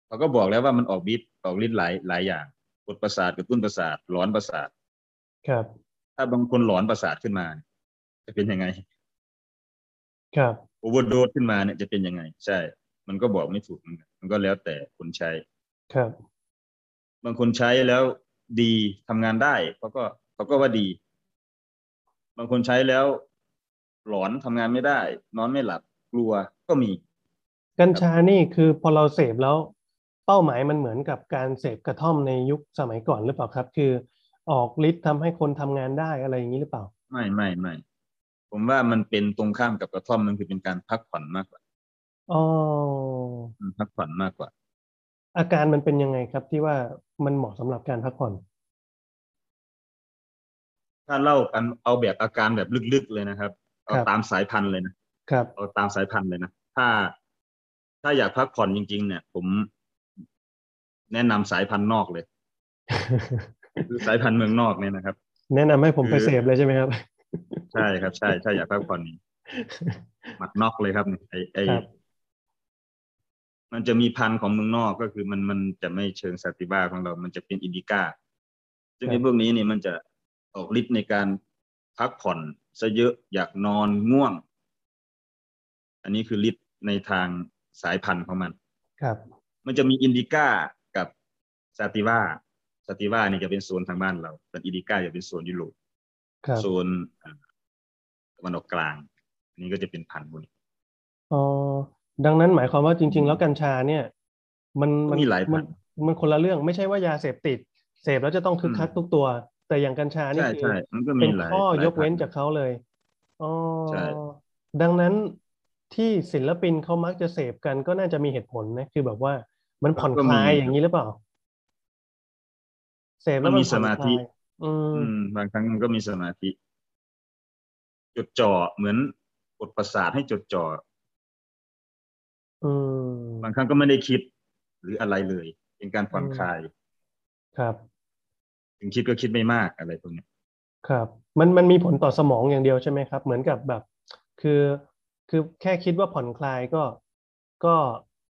เขาก็บอกแล้วว่ามันออกฤทธิ์ออกฤทธิ์หลายหลายอย่างกดประสาทกระตุ้นประสาทหลอนประสาท ครับ ถ้าบางคนหลอนประสาทขึ้นมาเนี่ยจะเป็นยังไง ครับ โอเวอร์โดสขึ้นมาเนี่ยจะเป็นยังไง ใช่ มันก็บอกไม่ถูกเหมือนกันมันก็แล้วแต่คนใช้ ครับ บางคนใช้แล้วดีทำงานได้เขาก็เขาก็ว่าดี บางคนใช้แล้ว หลอนทำงานไม่ได้ นอนไม่หลับกลัวก็มี กัญชานี่คือพอเราเสพแล้วเป้าหมายมันเหมือนกับการเสพกระท่อมในยุคสมัยก่อนหรือเปล่าครับ คือออกฤทธิ์ทำให้คนทำงานได้อะไรอย่างนี้หรือเปล่า ไม่ไม่ไม่ผมว่ามันเป็นตรงข้ามกับกระท่อมมันคือเป็นการพักผ่อนมากกว่า อ๋อ มันพักผ่อนมากกว่า อาการมันเป็นยังไงครับที่ว่ามันเหมาะสำหรับการพักผ่อน ถ้าเล่ากันเอาแบบอาการแบบลึกๆเลยนะครับ เอา ครับ ตามสายพันธุ์เลยนะ ครับ เอาตามสายพันธุ์เลยนะ ถ้า ถ้าอยากพักผ่อนจริง ๆ เนี่ย ผมแนะนำสายพันธุ์นอกเลย คือสายพันธุ์เมืองนอกเนี่ยนะครับ แนะนำให้ผมไปเสพเลยใช่ไหมครับ ใช่ครับ ใช่ถ้าอยากพักผ่อนนี่หมัดนอกเลยครับเนี่ยไอไอ ครับ มันจะมีพันธุ์ของเมืองนอกก็คือมันมันจะไม่เชิงซาติบ้าของเรา มันจะเป็นอินดิก้าซึ่งไอพวกนี้เนี่ยมันจะออกฤทธิ์ในการพักผ่อนซะเยอะอยากนอนง่วง อันนี้คือฤทธิ์ในทางสายพันธุ์ของมัน ครับ มันจะมีอินดิก้ากับซาติว่าซาติว่านี่จะเป็นโซนทางบ้านเราแต่อินดิก้าจะเป็นโซนยุโรป ครับ โซนอ่าตะวันออกกลาง อันนี้ก็จะเป็นพันธุ์พวกนี้ อ๋อ ดังนั้นหมายความว่าจริง ๆ แล้วกัญชาเนี่ย มัน มันมีหลายพัมันนมันคนละเรื่องไม่ใช่ว่ายาเสพติด เสพแล้วจะต้องคึก อืม คักทุกตัว แต่อย่างกัญชานี่ ใช่ คือ ใช่มันก็ เป็ มี น หลาย ข้อ หลาย กเว้น พัธุ์ จากเขาเลยอ๋อ ใช่ ดังนั้นที่ศิลปินเขามักจะเสพกันก็น่าจะมีเหตุผลนะ คือแบบว่ามันผ่อนคลายอย่างนี้หรือเปล่า เสพแล้วมันผ่อนคลายอืม อืม บางครั้งมันก็มีสมาธิ จดจ่อเหมือนกดประสาทให้จดจ่อ อืม บางครั้งก็ไม่ได้คิด หรืออะไรเลย เป็นการผ่อน อืม คลาย ครับ ถึงคิดก็คิดไม่มากอะไรพวกเนี้ย ครับมันมันมีผลต่อสมองอย่างเดียวใช่ไหมครับ เหมือนกับแบบ คือคือแค่คิดว่าผ่อนคลายก็ก็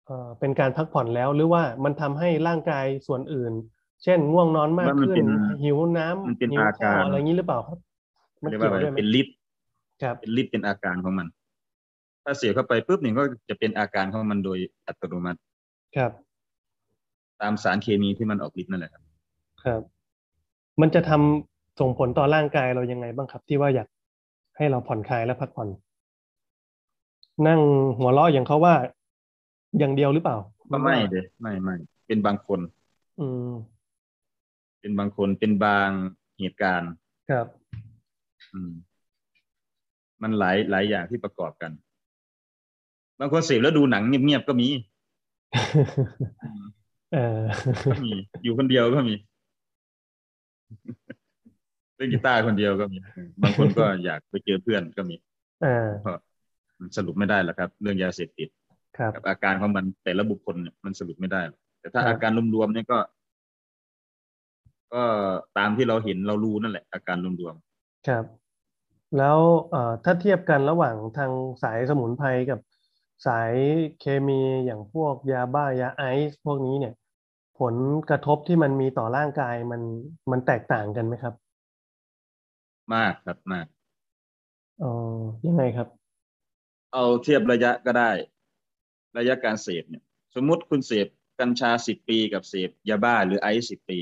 เอ่อเป็นการพักผ่อนแล้ว หรือว่ามันทำให้ร่างกายส่วนอื่น เช่นง่วงนอนมาก ว่ามัน ขึ้ เป็น น หิวน้ำ มันเป็น หิว อา ข้า การ วอะไรอย่างนี้หรือเปล่าครับ มัน เรียก เกี่ ว่า ยวด้อะไรวยไหม เป็นลิฟต์ ครับ เป็นลิฟต์เป็นอาการของมัน ถ้าเสียเข้าไปปุ๊บเนี่ยก็จะเป็นอาการของมันโดยอัตโนมัติ ครับ ตามสารเคมีที่มันออกฤทธิ์นั่นแหละครับ ครับ มันจะทำส่งผลต่อร่างกายเรายังไงบ้างครับ ที่ว่าอยากให้เราผ่อนคลายและพักผ่อน นั่งหัวเราะอย่างเขาว่า อย่างเดียวหรือเปล่า ก็ไม่เลยไม่ไม่เป็นบางคน อืม เป็นบางคนเป็นบางเหตุการณ์ ครับ อืม มันหลายหลายอย่างที่ประกอบกัน บางคนเสพแล้วดูหนังเงียบๆก็มีอืม เออ ก็มี อยู่คนเดียวก็มี เล่นกีตาร์คนเดียวก็มีอืมบางคนก็อยากไปเจอเพื่อนก็มี อ่า สรุปไม่ได้หรอกครับ เรื่องยาเสพติด ครับ กับอาการของมันแต่ละบุคคลเนี่ยมันสรุปไม่ได้หรอกแต่ถ้า ครับ อาการรวมๆเนี่ยก็ ก็ตามที่เราเห็นเรารู้นั่นแหละ อาการรวม ครับ แล้วเอ่อถ้าเทียบกันระหว่างทางสายสมุนไพรกับสายเคมีอย่างพวกยาบ้ายาไอซ์พวกนี้เนี่ย ผลกระทบที่มันมีต่อร่างกายมันมันแตกต่างกันไหมครับ ๆมากครับมาก เออยังไงครับ เอาเทียบระยะก็ได้ ระยะการเสพเนี่ย สมมุติคุณเสพกัญชาสิบปีกับเสพยาบ้าหรือไอซ์สิบปี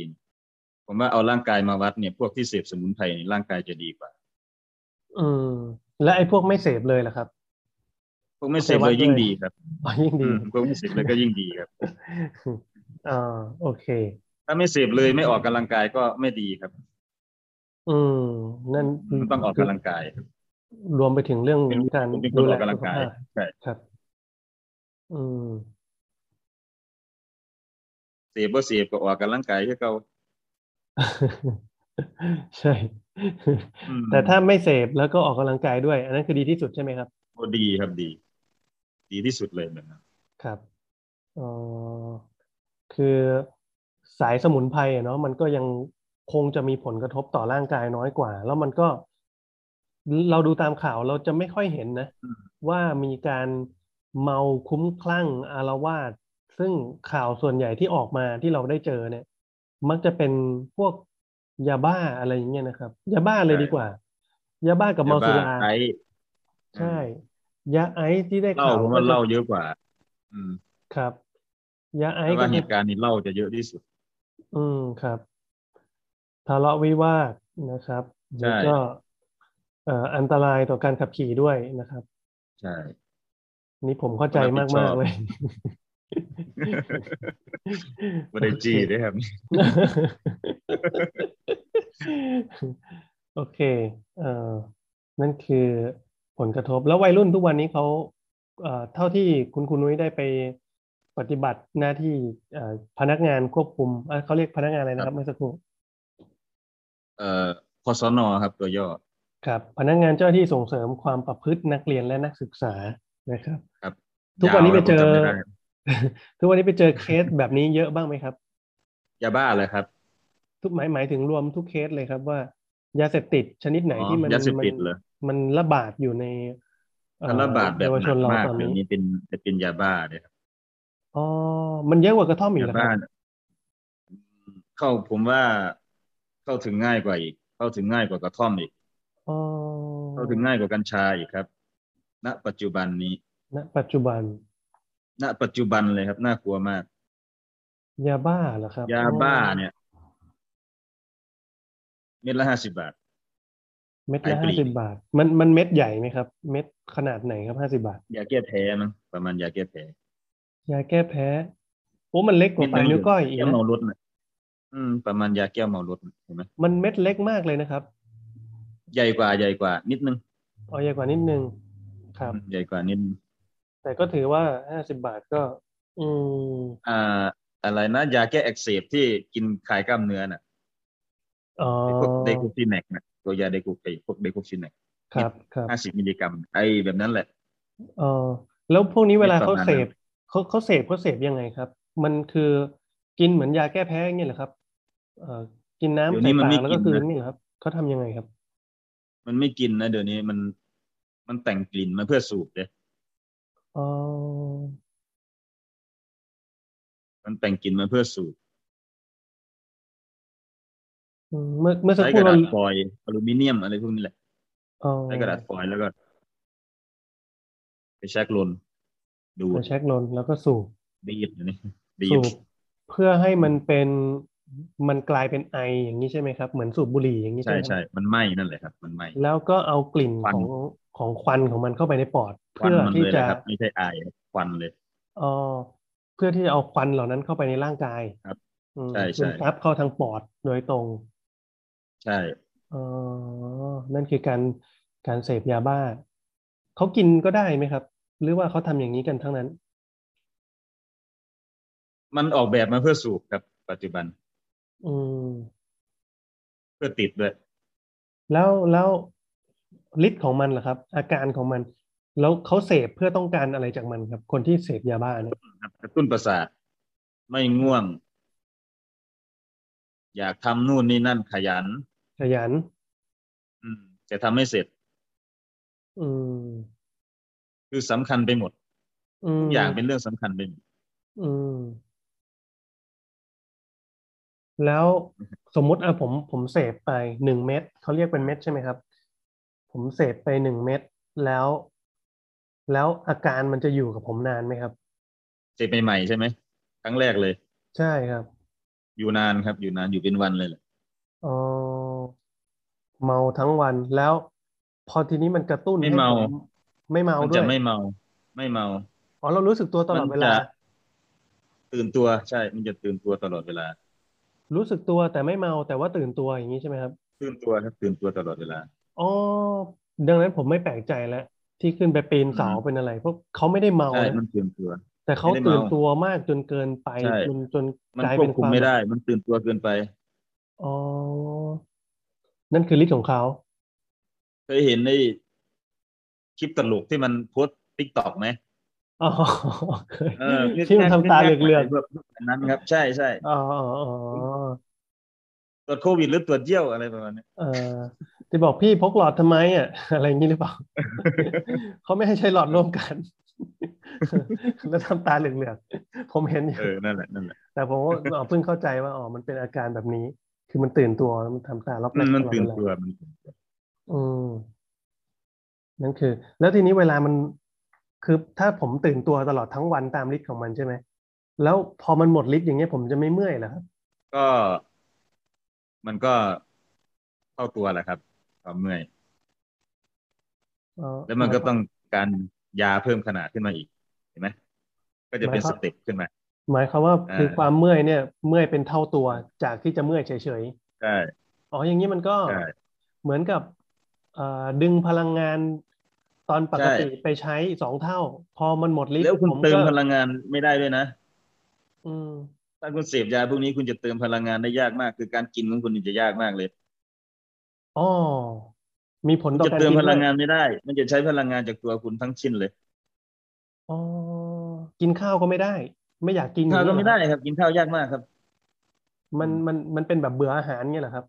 ผมว่าเอาร่างกายมาวัดเนี่ยพวกที่เสพสมุนไพรเนี่ยร่างกายจะดีกว่า อืม และไอ้พวกไม่เสพเลยล่ะครับ พวกไม่เสพเลยยิ่งดีครับ อ๋อยิ่ง อื ดี มพวกไม่เสพเลยก็ยิ่งดีครับ อ่าโอ เค ถ้าไม่เสพเลยไม่ออกกำลังกายก็ไม่ดีครับ อืม นั่น มันต้องออกกำลังกายครับ รวมไปถึงเรื่อง เป็น การ ผมเป็นคน ดู อ แล อกกำลั สุ ง ข กาย ภาพ ใช่ ครับ อืม เสพบ่เสพก็ออกกำลังกายคือเก่า ใช่ อืม แต่ถ้าไม่เสพแล้วก็ออกกำลังกายด้วย อันนั้นคือดีที่สุดใช่ไหมครับ โอ้ดีครับดี ดีที่สุดเลยแบบนั้น ครับเออคือสายสมุนไพรอะเนาะมันก็ยังคงจะมีผลกระทบต่อร่างกายน้อยกว่า แล้วมันก็ เราดูตามข่าวเราจะไม่ค่อยเห็นนะ ว่ามีการเมาคุ้มคลั่งอารวาสซึ่งข่าวส่วนใหญ่ที่ออกมาที่เราได้เจอเนี่ย มักจะเป็นพวกยาบ้าอะไรอย่างเงี้ยนะครับยาบ้าเลยดีกว่า ยาบ้ากับเมาสุรา ไอซ์ ใช่ยาไอซ์ที่ได้ เหล้า ข่าว ผม ก็ ว่า จะ เหล้าเยอะกว่า อืม ครับยาไอซ์ก็แต่ว่าเห จะ ตุการณ์นี้เหล้าจะเยอะที่สุด อืมครับทะเลาะวิวาทนะครับ ใช่ แล้วก็เอ่ออันตรายต่อการขับขี่ด้วยนะครับ ใช่ นี่ผมเข้าใจมาก คน มา รั ก บผิดชอบ เลย บ่ได้จี้เด้อครับ โอเค เอ่อ นั่นคือผลกระทบ แล้ววัยรุ่นทุกวันนี้เขาเอ่อ เท่าที่คุณคุณนุ้ยได้ไปปฏิบัติหน้าที่เอ่อพนักงานควบคุมเอ่อเขาเรียกพนักงานอะไรนะครับเมื่อสักครู่ เอ่อพสนครับตัวย่อ ครับพนักงานเจ้าหน้าที่ส่งเสริมความประพฤตินักเรียนและนักศึกษานะครับ ทุกวันนี้ ยา ไปเจ แล้ อ ผมำม่ด้ ทุกวันนี้ไปเจอเคสแบบนี้เยอะบ้างไหมครับ ยาบ้าเลยครับ ทุกหมายหมายถึงรวมทุกเคสเลยครับว่ายาเสพติดชนิดไหน อ๋อ ที่มัน ยาเสพ มั ติดเหรอ มันระบาดอยู่ในเอ่อ ถ้าระบาดแบ เยา บ ว ห ช นั น ก เรา มาก ตอน เดี๋ยว นี้ นี้เป็นจะเป็นยาบ้าเนี่ยครับ อ๋อมันเยอะกว่ากระท่อมอีก ยา เหรอค บ้า รับ เนี่ยเข้าผมว่าเข้าถึงง่ายกว่าอีก เข้าถึงง่ายกว่ากระท่อมอีก อ๋อ เข้าถึงง่ายกว่ากัญชาอีกครับ ณ ปัจจุบันนี้ ณปัจจุบัน ณ ปัจจุบันเลยครับ น่ากลัวมาก ยาบ้าเหรอครับ ยาบ้าเนี่ยเม็ดละห้าสิบบาท เม็ดละ ขายปลี ห้าก สิบบาท มันมันเม็ดใหญ่ไหมครับ เม็ดขนาดไหนครับห้าสิบบาท ยาแก้แพ้มั้งประมาณยาแก้แพ้ ยาแก้แพ้ โอ้ มันเล็กกว่าปลายนิ้วก้อยอีก แก้ นะ เมารถนะอืม ประมาณยาแก้วเมารถน่ะเห็นไหม มันเม็ดเล็กมากเลยนะครับ ใหญ่กว่าใหญ่กว่า นิดนึง เอาใหญ่กว่านิดนึง ครับ ใหญ่กว่านิดนึง แต่ก็ถือว่าห้าสิบบาทก็ อืม อ่าอะไรนะ ยาแก้อักเสบที่กินคลายกล้ามเนื้อน่ะ อ๋อ ไอ้พวกไดโคฟิแนกน่ะตัวยาไดโคไอพวกไดโคฟิแนก ครับครับ ห้าสิบมิลลิกรัมไอแบบนั้นแหละ เออแล้วพวกนี้เวลา เม็ดป เขา ระมาณ เส นั้ พ น เขาเขาเสพเขาเสพยังไงครับ มันคือกินเหมือนยาแก้แพ้อย่างเงี้ยเหรอครับ เออ กินน้ำ เดี๋ยว ใส่ นี้มัน ปา ไม่ กแล้ว กิ ก็ น คืน นะ นี่เหรอครับเขาทำยังไงครับ มันไม่กินนะเดี๋ยวนี้มันมันแต่งกลิ่นมาเพื่อสูบเลย อ๋อ มันแต่งกลิ่นมาเพื่อสูบ อืมเมื่อเมื่อสัก ใช้ ค ก รู่ ระ เรา ดาษฟอยล์อลูมิเนียมอะไรพวกนี้แหละ อ๋อ ใช้กระดาษฟอยล์แล้วก็ ไปแชักลนดูด เราเช็คนนแล้วก็สูบ บีบอย่างนี้บี สู บบ เพื่อให้มันเป็นมันกลายเป็นไออย่างนี้ใช่ไหมครับ เหมือนสูบบุหรี่อย่างนี้ใช่ใช่ไหมค ใช่ รับ มันไหม้นั่นแหละครับ มันไหม้ แล้วก็เอากลิ่น ควั ข น องของควันของมันเข้าไปในปอด ควัน เพื่อ มัน ที่ เลย จะ นะครับ ไม่ใช่ไอครับควันเลย เอ่อเพื่อที่จะเอาควันเหล่านั้นเข้าไปในร่างกาย ครับ อืม ใช่ใช่ ซึมซับเข้าทางปอดโดยตรง ใช่ อ๋อนั่นคือการการเสพยาบ้าเขากินก็ได้ไหมครับ หรือว่าเขาทำอย่างนี้กันทั้งนั้น มันออกแบบมาเพื่อสูบครับปัจจุบัน อืม เพื่อติดด้วย แล้วแล้วฤทธิ์ของมันล่ะครับ อาการของมัน แล้วเขาเสพเพื่อต้องการอะไรจากมันครับ คนที่เสพยาบ้าเนี่ย ครับกระตุ้นประสาทไม่ง่วง อยากทำนู่นนี่นั่นขยัน ขยัน อืมจะทำให้เสร็จ อืม คือสำคัญไปหมด อื ทุ ม กอย่างเป็นเรื่องสำคัญไปหมด อืม แล้วสมมุติอ่ะผมผมเสพไปหนึ่งเม็ดเขาเรียกเป็นเม็ดใช่ไหมครับ ผมเสพไปหนึ่งเม็ดแล้ว แล้วอาการมันจะอยู่กับผมนานไหมครับ เสร็จใหม่ๆใช่ไหมครั้งแรกเลย ใช่ครับ อยู่นานครับ อยู่นานอยู่เป็นวันเลยแหละ อ๋อเมาทั้งวันแล้ว พอทีนี้มันกระตุ้น ไม่ ให้ เมา ผมไม่เมา มัน ด้ จะ วย ไม่เมา ไม่เมา อ๋อเรารู้สึกตัวตลอด มั เวน จะ ลา ตื่นตัวใช่ มันจะตื่นตัวตลอดเวลา รู้สึกตัวแต่ไม่เมาแต่ว่าตื่นตัวอย่างนี้ใช่ไหมครับ ตื่นตัวครับตื่นตัวตลอดเวลา อ๋อดังนั้นผมไม่แปลกใจแล้วที่ขึ้นไปปีนเสา อืม เป็นอะไรเพราะเขาไม่ได้เมา ใช่ นะ มันตื่นตัว แต่เขา ไม่ได้ ตื่ เมาน ตัวมากจนเกินไป ใช่ จนจน มัน กลาย คว เป็ บ น คุม ความ ไม่ได้ มันตื่นตัวเกินไป อ๋อนั่นคือฤทธิ์ของเขา เคยเห็นในคลิปตลกที่มันโพสติ๊กต็อกไหม อ๋อ เออ ที่มันทำตาเหลือก ๆแบบนั้นครับ ใช่ใช่ ๆอ๋ออ๋ออ๋อ ตรวจโควิดหรือตรวจเยี่ยวอะไรประมาณนี้ เออที่บอกพี่พกหลอดทำไมอ่ะ อะไรอย่างนี้หรือเป ล่า เขาไม่ให้ใช้หลอดร่วมกัน แล้วทำตาเหลือกๆผมเห็นอยู่ เออนั่นแหละนั่นแหละ แต่ผมก็ อ๋อเพิ่งเข้าใจว่าอ๋อมันเป็นอาการแบบนี้ คือมันตื่นตัวแล้วมันทำตาล็อกแร มั กตนมัน ลอด ตื่น เวลา ตัวมันตื่นตัว อืมนั่นคือ แล้วทีนี้เวลามันคือถ้าผมตื่นตัวตลอดทั้งวันตามฤทธิ์ของมันใช่ไหมแล้วพอมันหมดฤทธิ์อย่างเงี้ยผมจะไม่เมื่อยเหรอครับ ก็ มันก็เข้าตัวแหละครับความเมื่อย อ๋อ แล้วมันก็ต้องการยาเพิ่มขนาดขึ้นมาอีกเห็นไหมก็จะเป็นสเต็ปขึ้นมา หมายความว่า อ่า คือความเมื่อยเนี่ย เมื่อยเป็นเท่าตัวจากที่จะเมื่อยเฉย ใช่ ๆอ๋ออย่างนี้มันก็ ใช่ เหมือนกับเอ่อดึงพลังงานตอนปก ใช่ ติไปใช้สองเท่า พอมันหมดฤทธิ์ แล้วคุณ ผม เติม ก็ พลังงานไม่ได้ด้วยนะ อืม ถ้าคุณเสพยาพวกนี้คุณจะเติมพลังงานได้ยากมาก คือการกินของคุณนี่จะยากมากเลย อ๋อ มีผล คุณ ต่อ จะ การ เติม กิน พลัง ด้วย งานไม่ได้ มันจะใช้พลังงานจากตัวคุณทั้งชิ้นเลย อ๋อ กินข้าวก็ไม่ได้ ไม่อยากกินอย่ ข้าว ง ก็ นี้ ไม่ เหรอคได้รับ ครับ กินข้าวยากมากครับ มันมันมันเป็นแบบเบื่ออาหารเงี้ยเหรอครับ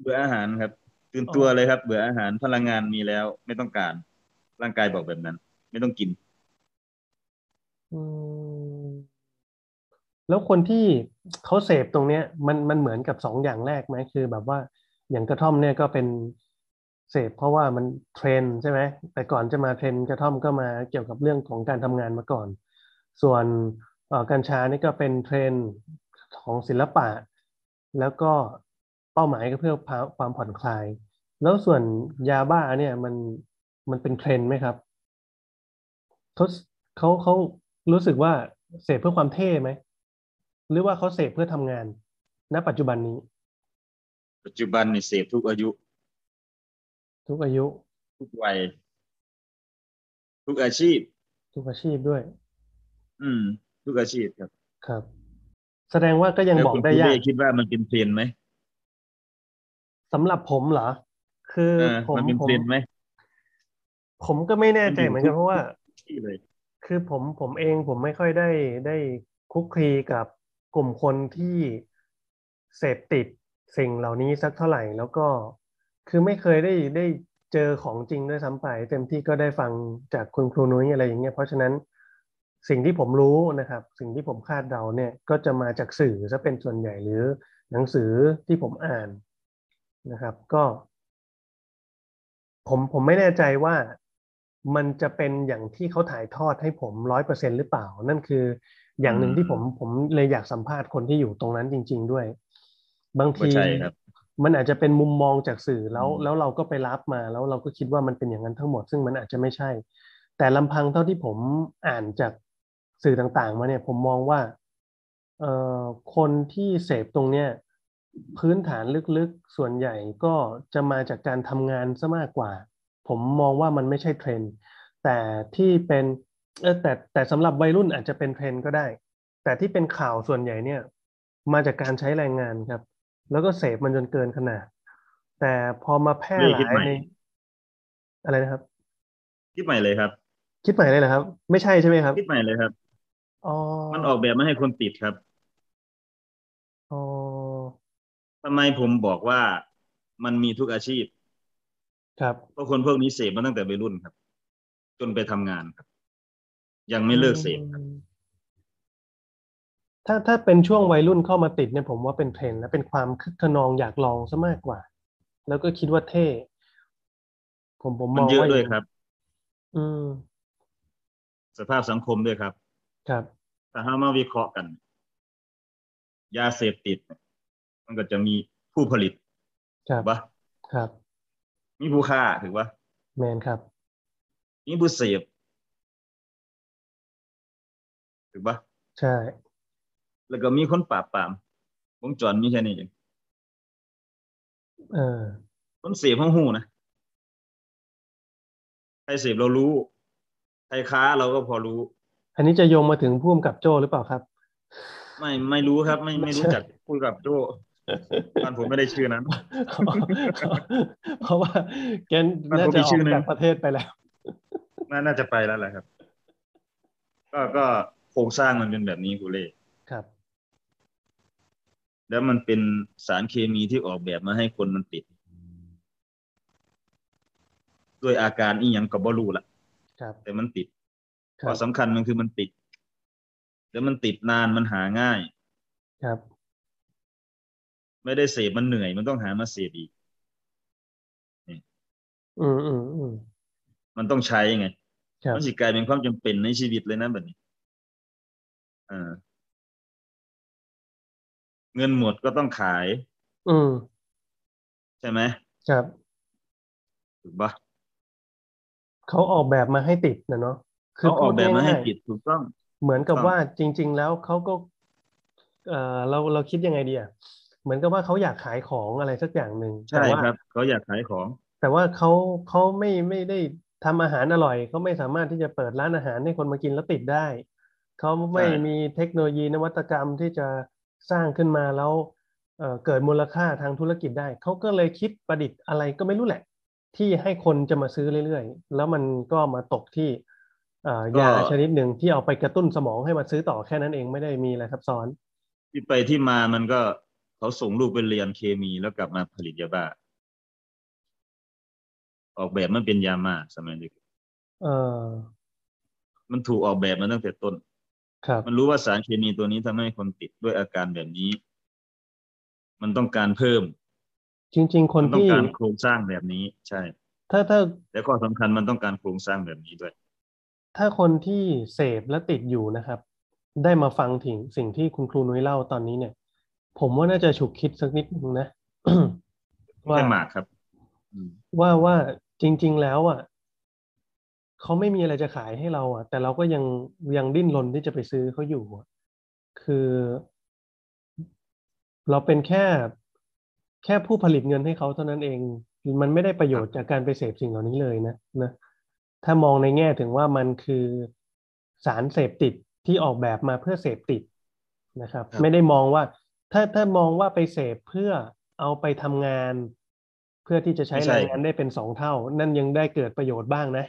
เบื่ออาหารครับตื่น อ๋อ ตัวเลยครับ เบื่ออาหารพลังงานมีแล้ว ไม่ต้องการ ร่างกายบอกแบบนั้น ไม่ต้องกิน อืม แล้วคนที่เขาเสพตรงเนี้ย มันมันเหมือนกับสองอย่างแรกไหมคือแบบว่าอย่างกระท่อมเนี่ยก็เป็นเสพเพราะว่ามันเทรนด์ใช่ไหมแต่ก่อนจะมาเทรนด์กระท่อมก็มาเกี่ยวกับเรื่องของการทำงานมาก่อน ส่วนเอ่อกัญชานี่ก็เป็นเทรนด์ของศิลปะ แล้วก็เป้าหมายก็เพื่อความผ่อนคลาย แล้วส่วนยาบ้าเนี่ยมันมันเป็นเทรนด์ไหมครับเขาเขาเขารู้สึกว่าเสพเพื่อความเท่ไหม หรือว่าเขาเสพเพื่อทำงาน ณ ปัจจุบันนี้ ปัจจุบันนี่เสพทุกอายุ ทุกอายุ ทุกวัย ทุกอาชีพ ทุกอาชีพด้วย อืม ทุกอาชีพครับ ครับ แสดงว่าก็ยัง แล้ว บอก คุณ ได้ คุณ ยา เล่ ก คิดว่ามันเป็นเทรนด์ไหม สำหรับผมเหรอ คือ เออ ผม มันเป็น ผ เท ม รนด์ไหม ผมก็ไม่แน่ใจเหมือนกันเพราะว่า ที่เลย คือผมผมเองผมไม่ค่อยได้ได้คลุกคลีกับกลุ่มคนที่เสพติด สิ่งเหล่านี้สักเท่าไหร่ แล้วก็คือไม่เคยได้ได้เจอของจริงด้วยซ้ำไป เต็มที่ก็ได้ฟังจากคุณครูนุ้ยอะไรอย่างเงี้ยเพราะฉะนั้นสิ่งที่ผมรู้นะครับ สิ่งที่ผมคาดเดาเนี่ยก็จะมาจากสื่อซะเป็นส่วนใหญ่หรือหนังสือที่ผมอ่านนะครับ ก็ ผมผมไม่แน่ใจว่ามันจะเป็นอย่างที่เขาถ่ายทอดให้ผมร้อยเปอร์เซ็นหรือเปล่า นั่นคืออย่างหนึ่งที่ผมผมเลยอยากสัมภาษณ์คนที่อยู่ตรงนั้นจริง ๆด้วย บางที ใช่ครับ มันอาจจะเป็นมุมมองจากสื่อแล้ว อืม แล้วเราก็ไปรับมาแล้วเราก็คิดว่ามันเป็นอย่างนั้นทั้งหมด ซึ่งมันอาจจะไม่ใช่ แต่ลำพังเท่าที่ผมอ่านจากสื่อต่างๆ มาเนี่ย ผมมองว่าเอ่อคนที่เสพตรงเนี้ยพื้นฐานลึกๆส่วนใหญ่ก็จะมาจากการทำงานซะมากกว่า ผมมองว่ามันไม่ใช่เทรนด์ แต่ที่เป็นเออแต่แต่สำหรับวัยรุ่นอาจจะเป็นเทรนด์ก็ได้ แต่ที่เป็นข่าวส่วนใหญ่เนี่ย มาจากการใช้แรงงานครับ แล้วก็เสพมันจนเกินขนาด แต่พอมาแพร่ เรื่ หลาองคิด ย ใหม่ ในอะไรนะครับ คิดใหม่เลยครับ คิดใหม่เลยเหรอครับ ไม่ใช่ใช่ไหมครับ คิดใหม่เลยครับ อ๋อ มันออกแบบมาให้คนติดครับ อ๋อ ทำไมผมบอกว่ามันมีทุกอาชีพ ครับ เพราะคนพวกนี้เสพมาตั้งแต่วัยรุ่นครับ จนไปทำงานครับ ยังไม่เลิกเสพครับ ถ้าถ้าเป็นช่วงวัยรุ่นเข้ามาติดเนี่ยผมว่าเป็นเทรนด์และเป็นความคึกขนองอยากลองซะมากกว่า แล้วก็คิดว่าเท่ ผมผมม มัน อง เยอะ ว่า ด้วย อาง ครับ อืม สภาพสังคมด้วยครับ ครับ ถ้าหามาวิเคราะห์กัน ยาเสพติด มันก็จะมีผู้ผลิต ครับ ถูกปะ ครับ มีผู้ฆ่าถูกปะ แมนครับ มีผู้เสพถูกปะ ใช่ แล้วก็มีคนปราบปรามวงจรมีแค่นี้เอง เออ คนเสพห้องหูนะใครเสพเรารู้ ใครค้าเราก็พอรู้ อันนี้จะโยงมาถึงพ่วงกับโจ้หรือเปล่าครับ ไม่ไม่รู้ครับ ไม่ไม่รู้จักพูดกับโจ้ตอนผมไม่ได้ชื่อนั้น เพราะว่าแก มัน น่า ก็ จะ มี อ ชื่ อก อหนึ่ง จากประเทศไปแล้ว น่าน่าจะไปแล้วแหละครับ ก็ก็โครงสร้างมันเป็นแบบนี้กูเล่ ครับ แล้วมันเป็นสารเคมีที่ออกแบบมาให้คนมันติด ด้วยอาการอีหยังกับบรูละ ครับ แต่มันติด ค ข้ รั อบ สำคัญมันคือมันติด แล้วมันติดนานมันหาง่าย ครับ ไม่ได้เสพมันเหนื่อย มันต้องหามาเสพอีก อืมอืมอืม มันต้องใช้ไง ครับ มันสิกลายเป็นความจำเป็นในชีวิตเลยนะแบบนี้อ่าเงินหมดก็ต้องขาย อืม ใช่ไหม ครับ ถูกปะ เขาออกแบบมาให้ติดนะเนาะคื เขาออก พู แบบมาให้ ง่ยๆ ติดถูกต้อง เหมือนกับ ถูกต้อง ว่าจริง ๆ แล้วเขาก็ เออเราเราคิดยังไงดีอ่ะเหมือนกับว่าเขาอยากขายของอะไรสักอย่างหนึ่งแต่ ใช่ ว่า ครับเขาอยากขายของ แต่ว่าเขาเขาไม่ไม่ได้ทำอาหารอร่อยเขาไม่สามารถที่จะเปิดร้านอาหารให้คนมากินแล้วติดได้เขาไม่ ใช่ มีเทคโนโลยีนวัตกรรมที่จะสร้างขึ้นมาแล้วเอ่อเกิดมูลค่าทางธุรกิจได้เขาก็เลยคิดประดิษฐ์อะไรก็ไม่รู้แหละ ที่ให้คนจะมาซื้อเรื่อยๆ แล้วมันก็มาตกที่เอ่อ ก็ ยาชนิดหนึ่งที่เอาไปกระตุ้นสมองให้มาซื้อต่อแค่นั้นเองไม่ได้มีอะไรซับซ้อน ที่ไปที่มามันก็เขาส่งลูกไปเรียนเคมีแล้วกลับมาผลิตยาบ้า ออกแบบมันเป็นยามาสมัยนี้ เออ มันถูกออกแบบมาตั้งแต่ต้น ครับ มันรู้ว่าสารเคมีตัวนี้ทำให้คนติดด้วยอาการแบบนี้ มันต้องการเพิ่ม จริง ๆ คน มัต้อง ที่ การโครงสร้างแบบนี้ ใช่ ถ้าถ้า และข้อสำคัญมันต้องการโครงสร้างแบบนี้ด้วย ถ้าคนที่เสพและติดอยู่นะครับ ได้มาฟังถึงสิ่งที่คุณครูนุ้ยเล่าตอนนี้เนี่ย ผมว่าน่าจะฉุกคิดสักนิดนึงนะ ว่า แค่หมากครับ อืม ว่าว่าจริง ๆ แล้วอ่ะเขาไม่มีอะไรจะขายให้เราอ่ะ แต่เราก็ยังยังดิ้นรนที่จะไปซื้อเขาอยู่อะคือ เราเป็นแค่แค่ผู้ผลิตเงินให้เขาเท่านั้นเอง มันไม่ได้ประโยชน์จากการไปเสพสิ่งเหล่านี้เลยนะนะ ถ้ามองในแง่ถึงว่ามันคือสารเสพติดที่ออกแบบมาเพื่อเสพติดนะครับ ครับ ไม่ได้มองว่า ถ้าถ้ามองว่าไปเสพเพื่อเอาไปทำงาน เพื่อที่จะใช้ ไม่ แร ใช่ งงานได้เป็นสองเท่า นั่นยังได้เกิดประโยชน์บ้างนะ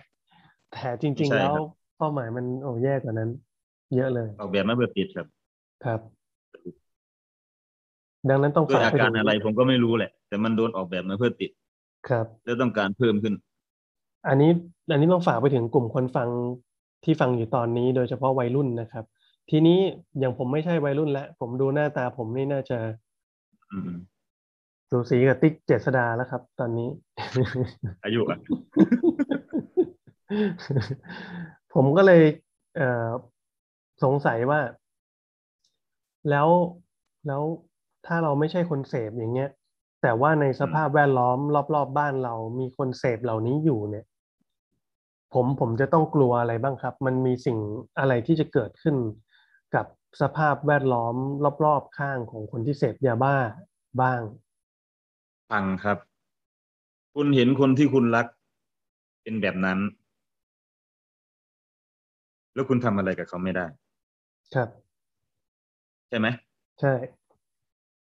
แต่จริง ๆ ไม่ใช่ แล้ว ครับ เป้าหมายมันโอ้แย่กว่านั้น เยอะเลย ออกแบบมาเพื่อติดครับ ครับ ดังนั้นต้อง ด้วย ฝาก อา ไป การ ดู อะไรผมก็ไม่รู้แหละ แต่มันโดนออกแบบมาเพื่อติด ครับ แล้วต้องการเพิ่มขึ้น อันนี้อันนี้ต้องฝากไปถึงกลุ่มคนฟังที่ฟังอยู่ตอนนี้โดยเฉพาะวัยรุ่นนะครับ ทีนี้อย่างผมไม่ใช่วัยรุ่นแล้วผมดูหน้าตาผมนี่น่าจะ อืม สูสีกับติ๊กเจษดาแล้วครับ ตอนนี้ อายุอ่ะ ผมก็เลยเอ่อสงสัยว่า แล้วแล้วถ้าเราไม่ใช่คนเสพอย่างเงี้ย แต่ว่าในสภาพแวดล้อม รอบๆบบ้านเรามีคนเสพเหล่านี้อยู่เนี่ย ผมผมจะต้องกลัวอะไรบ้างครับ มันมีสิ่งอะไรที่จะเกิดขึ้นกับสภาพแวดล้อม รอบๆข้างของคนที่เสพยาบ้าบ้าง พังครับ คุณเห็นคนที่คุณรัก เป็นแบบนั้น แล้วคุณทำอะไรกับเขาไม่ได้ ครับ ใช่ไหม ใช่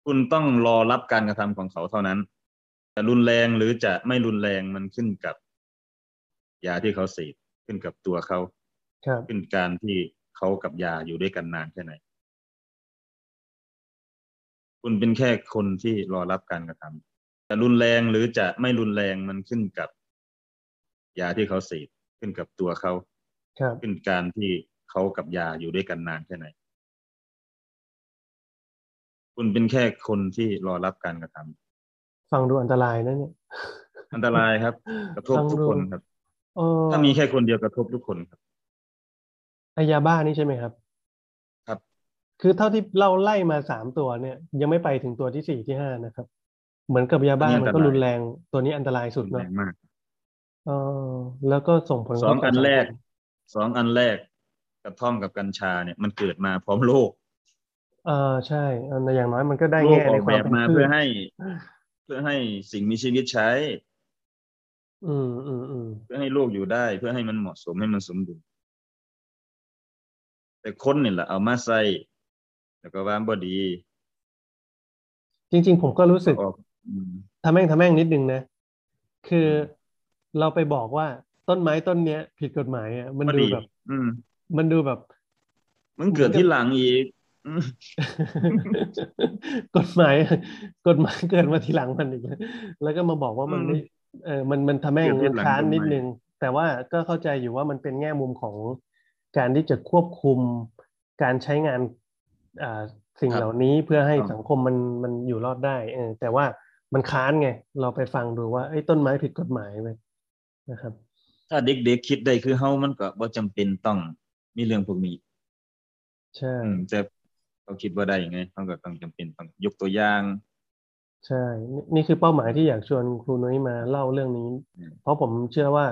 คุณต้องรอรับการกระทำของเขาเท่านั้น จะรุนแรงหรือจะไม่รุนแรงมันขึ้นกับยาที่เขาเสพขึ้นกับตัวเขา ครับ ขึ้นการที่เขากับยาอยู่ด้วยกันนานแค่ไหน คุณเป็นแค่คนที่รอรับการกระทำจะรุนแรงหรือจะไม่รุนแรงมันขึ้นกับ ยาที่เขาเสพขึ้นกับตัวเขา ครับ ขึ้นการที่เขากับยาอยู่ด้วยกันนานแค่ไหน คุณเป็นแค่คนที่รอรับการกระทำ ฟังดูอันตรายนะเนี่ย อันตรายครับ กระทบ ฟัง ทุก ดู คนครับ เออ ถ้ามีแค่คนเดียวกระทบทุกคนครับ ไอยาบ้านี่ใช่ไหมครับ ครับ คือเท่าที่เราไล่มาสามตัวเนี่ย ยังไม่ไปถึงตัวที่สี่ที่ห้านะครับ เหมือนกับยาบ้ามันก็รุนแรงตัวนี้อันตรายสุด แร เนาะ งมาก เออ แล้วก็ส่งผล สอง ต่ อันแรก สังคม สองอันแรกกระท่อมกับกัญชาเนี่ยมันเกิดมาพร้อมโลก เออใช่เอออย่างน้อยมันก็ได้ โลก แง่ อ ใน อก ควา แบ ม บ เป็น มา พื เพื่อ ช ให้ เพื่อให้สิ่งมีชีวิตใช้ อืมอืมอืม เพื่อให้โลกอยู่ได้ เพื่อให้มันเหมาะสมให้มันสมดุลแต่คนเนี่ยแหละเอามาใส่แล้วก็ว่าบ่ดี จริง ๆ ผมก็รู้สึก ออกอืม ทำแม่งทำแม่งนิดนึงนะ คืออ ม เราไปบอกว่าต้นไม้ต้นเนี้ย ผิดกฎหมายอ่ะมัน บ่ ดู ดี แบบ อืม มันดูแบบ มึงเกิดที่หลังอีกอืม กฎหมายกฎหมายเกิดมาทีหลังมันอีกแล้วแล้วก็มาบอกว่ามันไม่เออมันมันทำแม่งมันค้านนิดนึง แต่ว่าก็เข้าใจอยู่ว่ามันเป็นแง่มุมของการที่จะควบคุมการใช้งานอ่าสิ่งเหล่านี้เพื่อให้สังคมมันมันอยู่รอดได้เออแต่ว่ามันค้านไง เราไปฟังดูว่าไอ้ยต้นไม้ผิดกฎหมายไปนะครับ ถ้าเด็กๆคิดได้คือเฮามันก็บ่จำเป็นต้องมีเรื่องพวกนี้ ใช่ อืมแต่เขาคิดว่าได้ยังไงเขาก็ต้องจำเป็นต้องยกตัวอย่าง ใช่นี่นี่คือเป้าหมายที่อยากชวนครูนุ้ยมาเล่าเรื่องนี้ อืม เพราะผมเชื่อว่า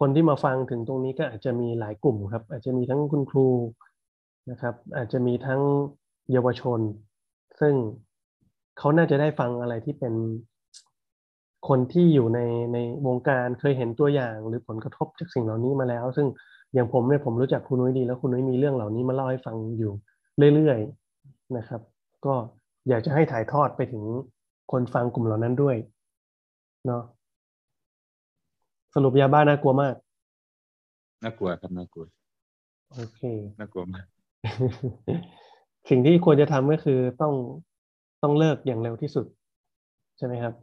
คนที่มาฟังถึงตรงนี้ก็อาจจะมีหลายกลุ่มครับ อาจจะมีทั้งคุณครูนะครับ อาจจะมีทั้งเยาวชน ซึ่งเขาน่าจะได้ฟังอะไรที่เป็นคนที่อยู่ในในวงการเคยเห็นตัวอย่าง หรือผลกระทบจากสิ่งเหล่านี้มาแล้ว ซึ่งอย่างผมเนี่ยผมรู้จักครูนุ้ยดี แล้วครูนุ้ยมีเรื่องเหล่านี้มาเล่าให้ฟังอยู่ เรื่อยๆนะครับ ก็อยากจะให้ถ่ายทอดไปถึงคนฟังกลุ่มเหล่านั้นด้วยเนาะสรุปยาบ้าน่ากลัวมาก น่ากลัวครับน่ากลัว โอเค น่ากลัวมาก สิ่งที่ควรจะทำก็คือต้องต้องเลิกอย่างเร็วที่สุด ใช่ไหมครับ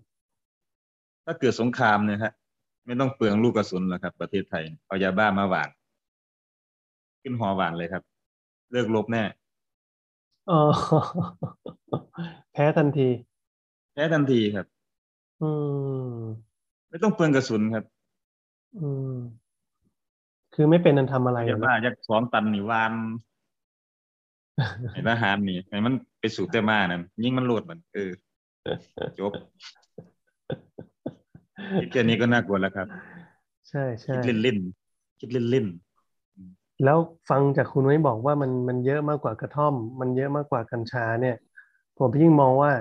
ถ้าเกิดสงครามเนี่ยฮะไม่ต้องเปลืองลูกกระสุนหรอกครับ ประเทศไทยเอายาบ้ามาหวาน ขึ้นหอหวานเลยครับ เลิกลบแน่ เอ อ แพ้ทันที แพ้ทันทีครับ อืม ไม่ต้องเปลืองกระสุนครับ อืม คือไม่เป็นอันทำอะไร ยา เน บ้า อะ ยักษ์สองตันนี่ห วานไอ้ทหารนี่ไอ้มันไปสูบแต่มานั่นยิ่งมันโหลดมันเออจ บคิดแค่นี้ก็น่ากลัวแล้วครับ ใช่ใช่ คิดเล่นๆคิดเล่น แล้วฟังจากคุณนุ้ยบอกว่ามันมันเยอะมากกว่ากระท่อม มันเยอะมากกว่ากัญชาเนี่ย ผมยิ่งมองว่า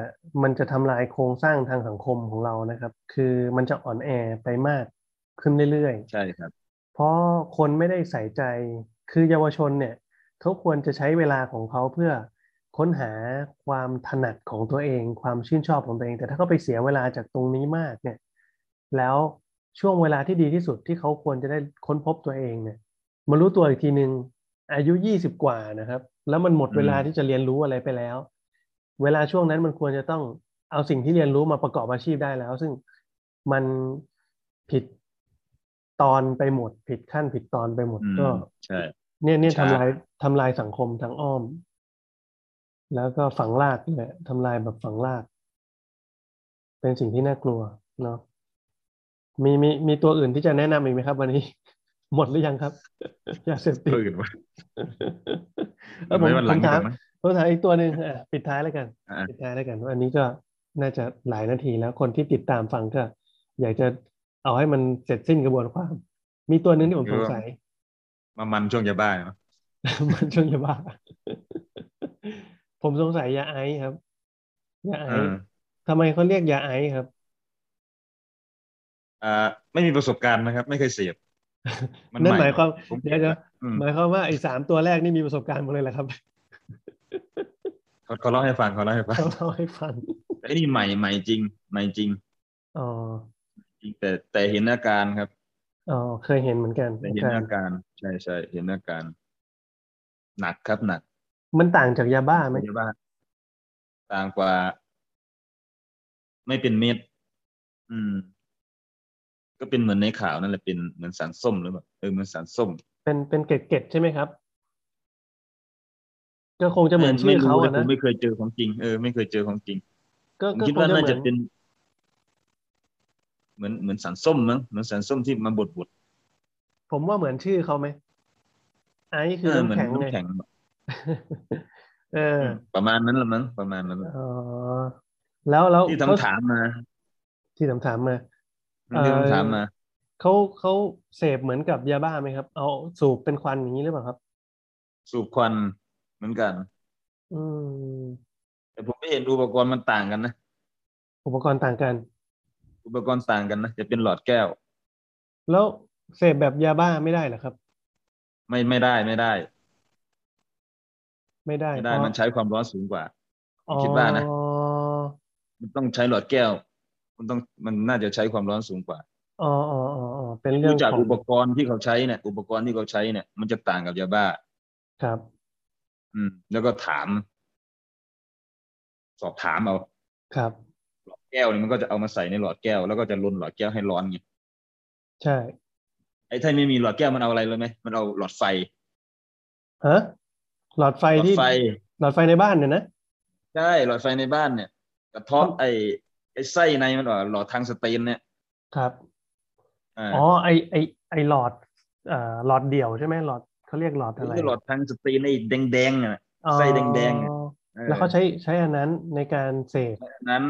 มันจะทำลายโครงสร้างทางสังคมของเรานะครับ คือมันจะอ่อนแอไปมากขึ้นเรื่อย ๆใช่ครับ ๆ เพราะคนไม่ได้ใส่ใจคือเยาวชนเนี่ยเขาควรจะใช้เวลาของเขาเพื่อค้นหาความถนัดของตัวเอง ความชื่นชอบของตัวเอง แต่ถ้าเขาไปเสียเวลาจากตรงนี้มากเนี่ย แล้วช่วงเวลาที่ดีที่สุดที่เขาควรจะได้ค้นพบตัวเองเนี่ย มารู้ตัวอีกทีหนึ่งอายุยี่สิบกว่านะครับ แล้วมันหมด อืม เวลาที่จะเรียนรู้อะไรไปแล้ว เวลาช่วงนั้นมันควรจะต้องเอาสิ่งที่เรียนรู้มาประกอบอาชีพได้แล้ว ซึ่งมันผิดตอนไปหมด ผิดขั้นผิดตอนไปหมด อืม ก็ ใช่ เนี่ยเนี่ย ใช่ ทำลายทำลายสังคมทางอ้อม แล้วก็ฝังรากเนี่ยทำลายแบบฝังราก เป็นสิ่งที่น่ากลัวเนาะมีมีมีตัวอื่นที่จะแนะนำอีกไหมครับ วันนี้ หมดหรือยังครับ ยาเสพติด ตัวอื่นวะ เออผม ไว้วันหลัง ผม ดี ถาก ม ว่ามั้ย ผมถามอีกตัวหนึ่งอ่ะปิดท้ายแล้วกัน อ่ะ ปิดท้ายแล้วกันว่าอันนี้ก็น่าจะหลายนาทีแล้วคนที่ติดตามฟังก็ อยากจะเอาให้มันเสร็จสิ้นกระบวนความ มีตัวหนึ่งที่ผมสงสัย มามันช่วงยาบ้าเนาะ มันช่วงยาบ้า ผมสงสัยยาไอซ์ครับ ยาไอ เออ ซ์ทำไมเขาเรียกยาไอซ์ครับ อ่า ไม่มีประสบการณ์นะครับ ไม่เคยเสพมั นั่น ใ หมายความ ผม เดี๋ยวจะ อืม หมายความว่าไอ้สามตัวแรกนี่มีประสบการณ์หมดเลยแหละครับ เขาเขาเล่าให้ฟังเขาเล่าให้ฟัง เขาเล่าให้ฟัง ไอ้นี่ใหม่ใหม่จริง ใหม่จริง อ๋อ จริงแต่แต่เห็นอาการครับ อ๋อเคยเห็นเหมือนกัน แต่เห็นอาการ ใช่ใช่เห็นอาการ หนักครับหนัก มันต่างจากยาบ้าไหม ไม่ใช่ว่าต่างกว่า ไม่เป็นเม็ดอืม ก็เป็นเหมือนในข่าวนั่นแหละเป็นเหมือนสารส้มหรือเปล่าเออเหมือนสารส้ม เป็นเป็นเกล็ดเกล็ดๆใช่ไหมครับ ก็คงจะเหมือน ไ ชื่อเขา รู้ อะ ลยผ นะ มไม่เคยเจอของจริงเออไม่เคยเจอของจริง ก็ ผม ก็ คิด คง ว่า จะ น่า เหมื จะ อน เป็นเหมือนเหมือนสารส้มมั้งเหมือนสารส้มที่มาบดบด ผมว่าเหมือนชื่อเขาไหมไอซ์ ๆ คือ เออเหมื น้ำแข็อนงไง น้ำแข็ง เออ ประมาณนั้นละมั้งประมาณนั้นละ อ๋อแล้วแล้ว ที่ เข ทำถามมา ที่ถามถามมา ที่ทำถามมา เขาเขาเสพเหมือนกับยาบ้าไหมครับ เอาสูบเป็นควันอย่างนี้หรือเปล่าครับ สูบควันเหมือนกัน อืม แต่ผมไม่เห็นอุปกรณ์มันต่างกันนะ อุปกรณ์ต่างกัน อุปกรณ์ต่างกันนะจะเป็นหลอดแก้ว แล้วเสพแบบยาบ้าไม่ได้เหรอครับ ไม่ไม่ได้ไม่ได้ ไม่ได้ ไม่ได้ เพราะ มันใช้ความร้อนสูงกว่า อ๋อ คิดว่านะ มันต้องใช้หลอดแก้ว มันต้องมันน่าจะใช้ความร้อนสูงกว่า อ๋ออ๋ออ๋ออ๋อเป็นเรื่อ รู้ ง จัก ของ อุปกรณ์ที่เขาใช้เนี่ยอุปกรณ์ที่เขาใช้เนี่ยมันจะต่างกับยาบ้า ครับ อืม แล้วก็ถาม สอบถามเอา ครับ หลอดแก้วนี่มันก็จะเอามาใส่ในหลอดแก้วแล้วก็จะลนหลอดแก้วให้ร้อนไง ใช่ ไอ้ถ้าไม่มีหลอดแก้วมันเอาอะไรเลยไหมมันเอาหลอดไฟ ฮะหลอดไฟ หลอด ที่ ไฟ หลอดไฟในบ้านเนี่ยนะ ใช่หลอดไฟในบ้านเนี่ยกระเทาะไอ้ไอ้ไส้ในมันออกหลอดทางสเตนเนี่ย ครับ อ่า อ๋อไอไอไอหลอดเอ่อหลอดเดี่ยวใช่ไหมหลอดเขาเรียกหลอดอะไร ไอ้หลอดทางสเตนไอ้แดงๆน่ะ อ๋อ ไส้แดงๆอะ ออ แล้วเขาใช้ใช้อันนั้นในการเสพ อันนั้น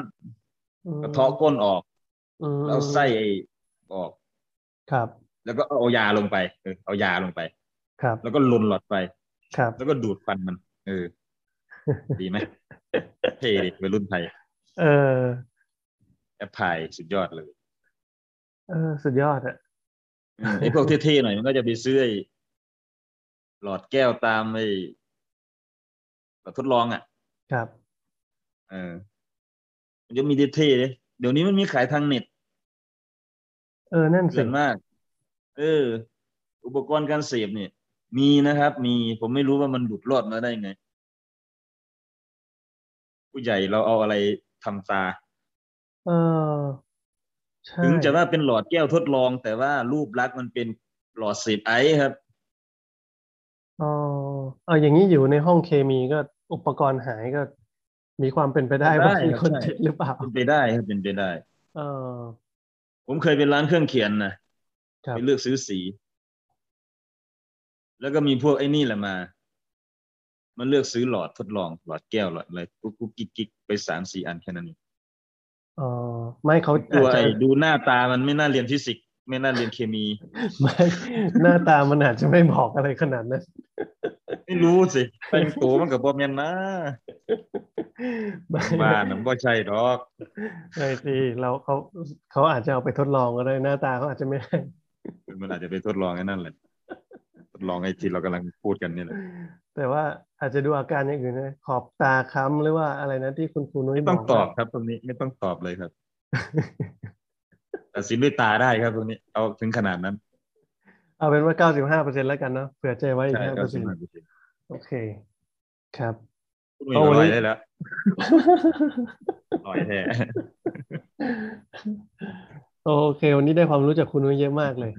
อืม กระเทาะก้นออก อืม แล้วไส้ไอ้ออก ครับ แล้วก็เอายาลงไปเออเอายาลงไป ครับ แล้วก็ลนหลอดไฟ ครับ แล้วก็ดูดฟันมัน เออ ดี ไหม เท่ดิวัยรุ่นไทย เออ แอปพลายสุดยอดเลย เออสุดยอดอะ เออไอ้พวกเท่ๆหน่อยมันก็จะไปซื้อไอ้หลอดแก้วตามไอ้หลอดทดลองอ่ะ ครับ เออมันจะมีเท่ๆเลยเดี๋ยวนี้มันมีขายทางเน็ต เออนั่นสิ เกินมาก เออ อุปกรณ์การเสพเนี่ย มีนะครับ มีผมไม่รู้ว่ามันบุดรอดมาได้ไง ผู้ใหญ่เราเอาอะไรทำตา เออใช่ ถึงจะว่าเป็นหลอดแก้วทดลอง แต่ว่ารูปลักษณ์มันเป็นหลอดเศษไอซ์ครับ อ๋อเอาอย่างนี้อยู่ในห้องเคมีก็อุปกรณ์หายก็ มีความเป็นไปได้ ได้ ว่ามีคน ครับใช่ ติดหรือเปล่า เป็นไปได้ครับเป็นไปได้ เออ ผมเคยเป็นร้านเครื่องเขียนนะครับ ไปเลือกซื้อสี แล้วก็มีพวกไอ้นี่แหละมา มันเลือกซื้อหลอดทดลอง หลอดแก้วหลอดอะไรกุ๊กกุ๊กกิ๊กกิ๊กไปสามสี่อันแค่นั้นเอง เออไม่เขา ตั อาว จจะ ไอ้ดูหน้าตามันไม่น่าเรียนฟิสิกส์ไม่น่าเรียนเคมี ไม่ หน้าตามันอาจจะไม่บอกอะไรขนาด นั้น ไม่รู้สิเป็นตัวมันกับบอมยันนะ ไม่ บ้านมันก็ใช่ดอก ไม่สิเราเขาเขาอาจจะเอาไปทดลองก็ได้หน้าตาเขาอาจจะไม่ ให้ มันอาจจะไปทดลองไอ้นั่นแหละทดลองไอ้ที่เรากำลังพูดกันนี่แหละ แต่ว่าอาจจะดูอาการอย่างอื่นนะขอบตาค้ำหรือว่าอะไรนะที่คุณครูนุ้ย ไม่ต้อง บก ตอบครับตรงนี้ไม่ต้องตอบเลยครับ ตัดสินด้วยตาได้ครับตรงนี้ เอาถึงขนาดนั้น เอาเป็นว่า 95%แล้วกันเนาะเผื่อใจไว้อีก ใช่ 5% เก้าสิบห้าเปอร์เซ็นต์ โอเค ครับ พูดไม่ลอยได้แล้วลอยแท้ โอเค วันนี้ได้ความรู้จากคุณนุ้ยเยอะมากเลย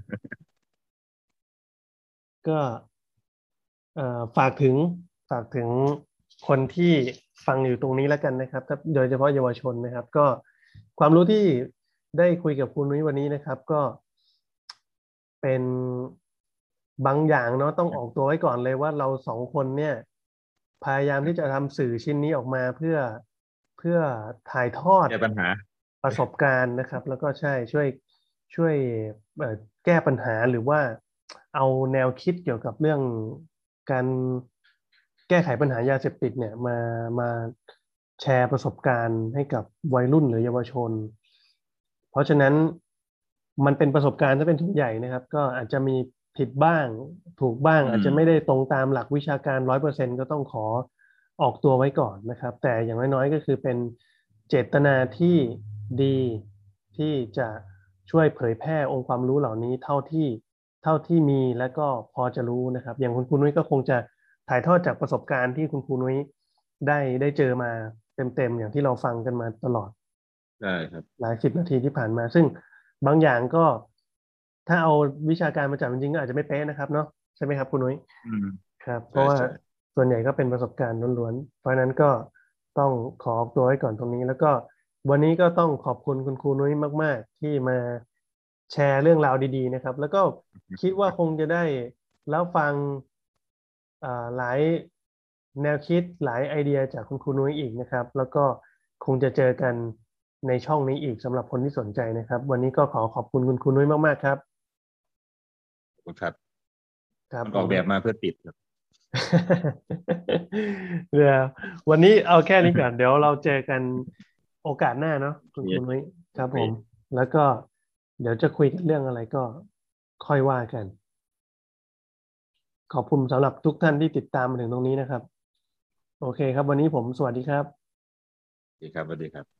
ก็เอ่อฝากถึงฝากถึงคนที่ฟังอยู่ตรงนี้แล้วกันนะครับถ้าโดยเฉพาะเยาวชนนะครับ ก็ความรู้ที่ได้คุยกับคุณนุ้ยวันนี้นะครับ ก็เป็นบางอย่างเนาะต้องออกตัวไว้ก่อนเลยว่าเราสองคนเนี่ย พยายามที่จะทำสื่อชิ้นนี้ออกมาเพื่อเพื่อถ่ายทอ ด แก้ปัญหา ประสบการณ์นะครับ แล้วก็ใช่ช่วยช่วยเอ่อแก้ปัญหาหรือว่าเอาแนวคิดเกี่ยวกับเรื่องการแก้ไขปัญหายาเสพติดเนี่ยมามาแชร์ประสบการณ์ให้กับวัยรุ่นหรือเยาวชน เพราะฉะนั้นมันเป็นประสบการณ์ถ้าเป็นทุนใหญ่นะครับ ก็อาจจะมีผิดบ้างถูกบ้าง อืม อาจจะไม่ได้ตรงตามหลักวิชาการร้อยเปอร์เซ็นก็ต้องขอออกตัวไว้ก่อนนะครับ แต่อย่างน้อยๆก็คือเป็นเจตนาที่ดีที่จะช่วยเผยแพร่องค์ความรู้เหล่านี้เท่าที่เท่าที่มีและก็พอจะรู้นะครับ อย่างคุณครูนุ้ยก็คงจะถ่ายทอดจากประสบการณ์ที่คุณครูนุ้ยได้ได้เจอมาเต็มๆอย่างที่เราฟังกันมาตลอด ได้ครับ หลายสิบนาทีที่ผ่านมา ซึ่งบางอย่างก็ถ้าเอาวิชาการมาจับจริงๆก็อาจจะไม่เป๊ะนะครับเนาะใช่ไหมครับคุณนุ้ย อืม ครับ เพราะว่า ใช่ใช่ ส่วนใหญ่ก็เป็นประสบการณ์ล้วนๆ เพราะฉะนั้นก็ต้องขอออกตัวไว้ก่อนตรงนี้ แล้วก็วันนี้ก็ต้องขอบคุณคุณครูนุ้ยมาก ๆ ที่มาแชร์เรื่องราวดี ๆ นะครับ แล้วก็คิดว่าคงจะได้แล้วฟังอ่าหลายแนวคิดหลายไอเดียจากคุณครูนุ้ยอีกนะครับ แล้วก็คงจะเจอกัน ในช่องนี้อีกสำหรับคนที่สนใจนะครับ วันนี้ก็ขอขอบคุณคุณคุณนุ้ยมาก ๆ ครับ ขอบคุณครับ ครับ มันออกแบบมาเพื่อติดครับ เดี๋ยววันนี้เอาแค่นี้ก่อน เดี๋ยวเราเจอกันโอกาสหน้าเนาะคุณคุณนุ้ยครับผม แล้วก็เดี๋ยวจะคุยกันเรื่องอะไรก็ค่อยว่ากัน ขอบคุณสำหรับทุกท่านที่ติดตามมาถึงตรงนี้นะครับ โอเคครับ วันนี้ผมสวัสดีครับ ดีครับสวัสดีครับ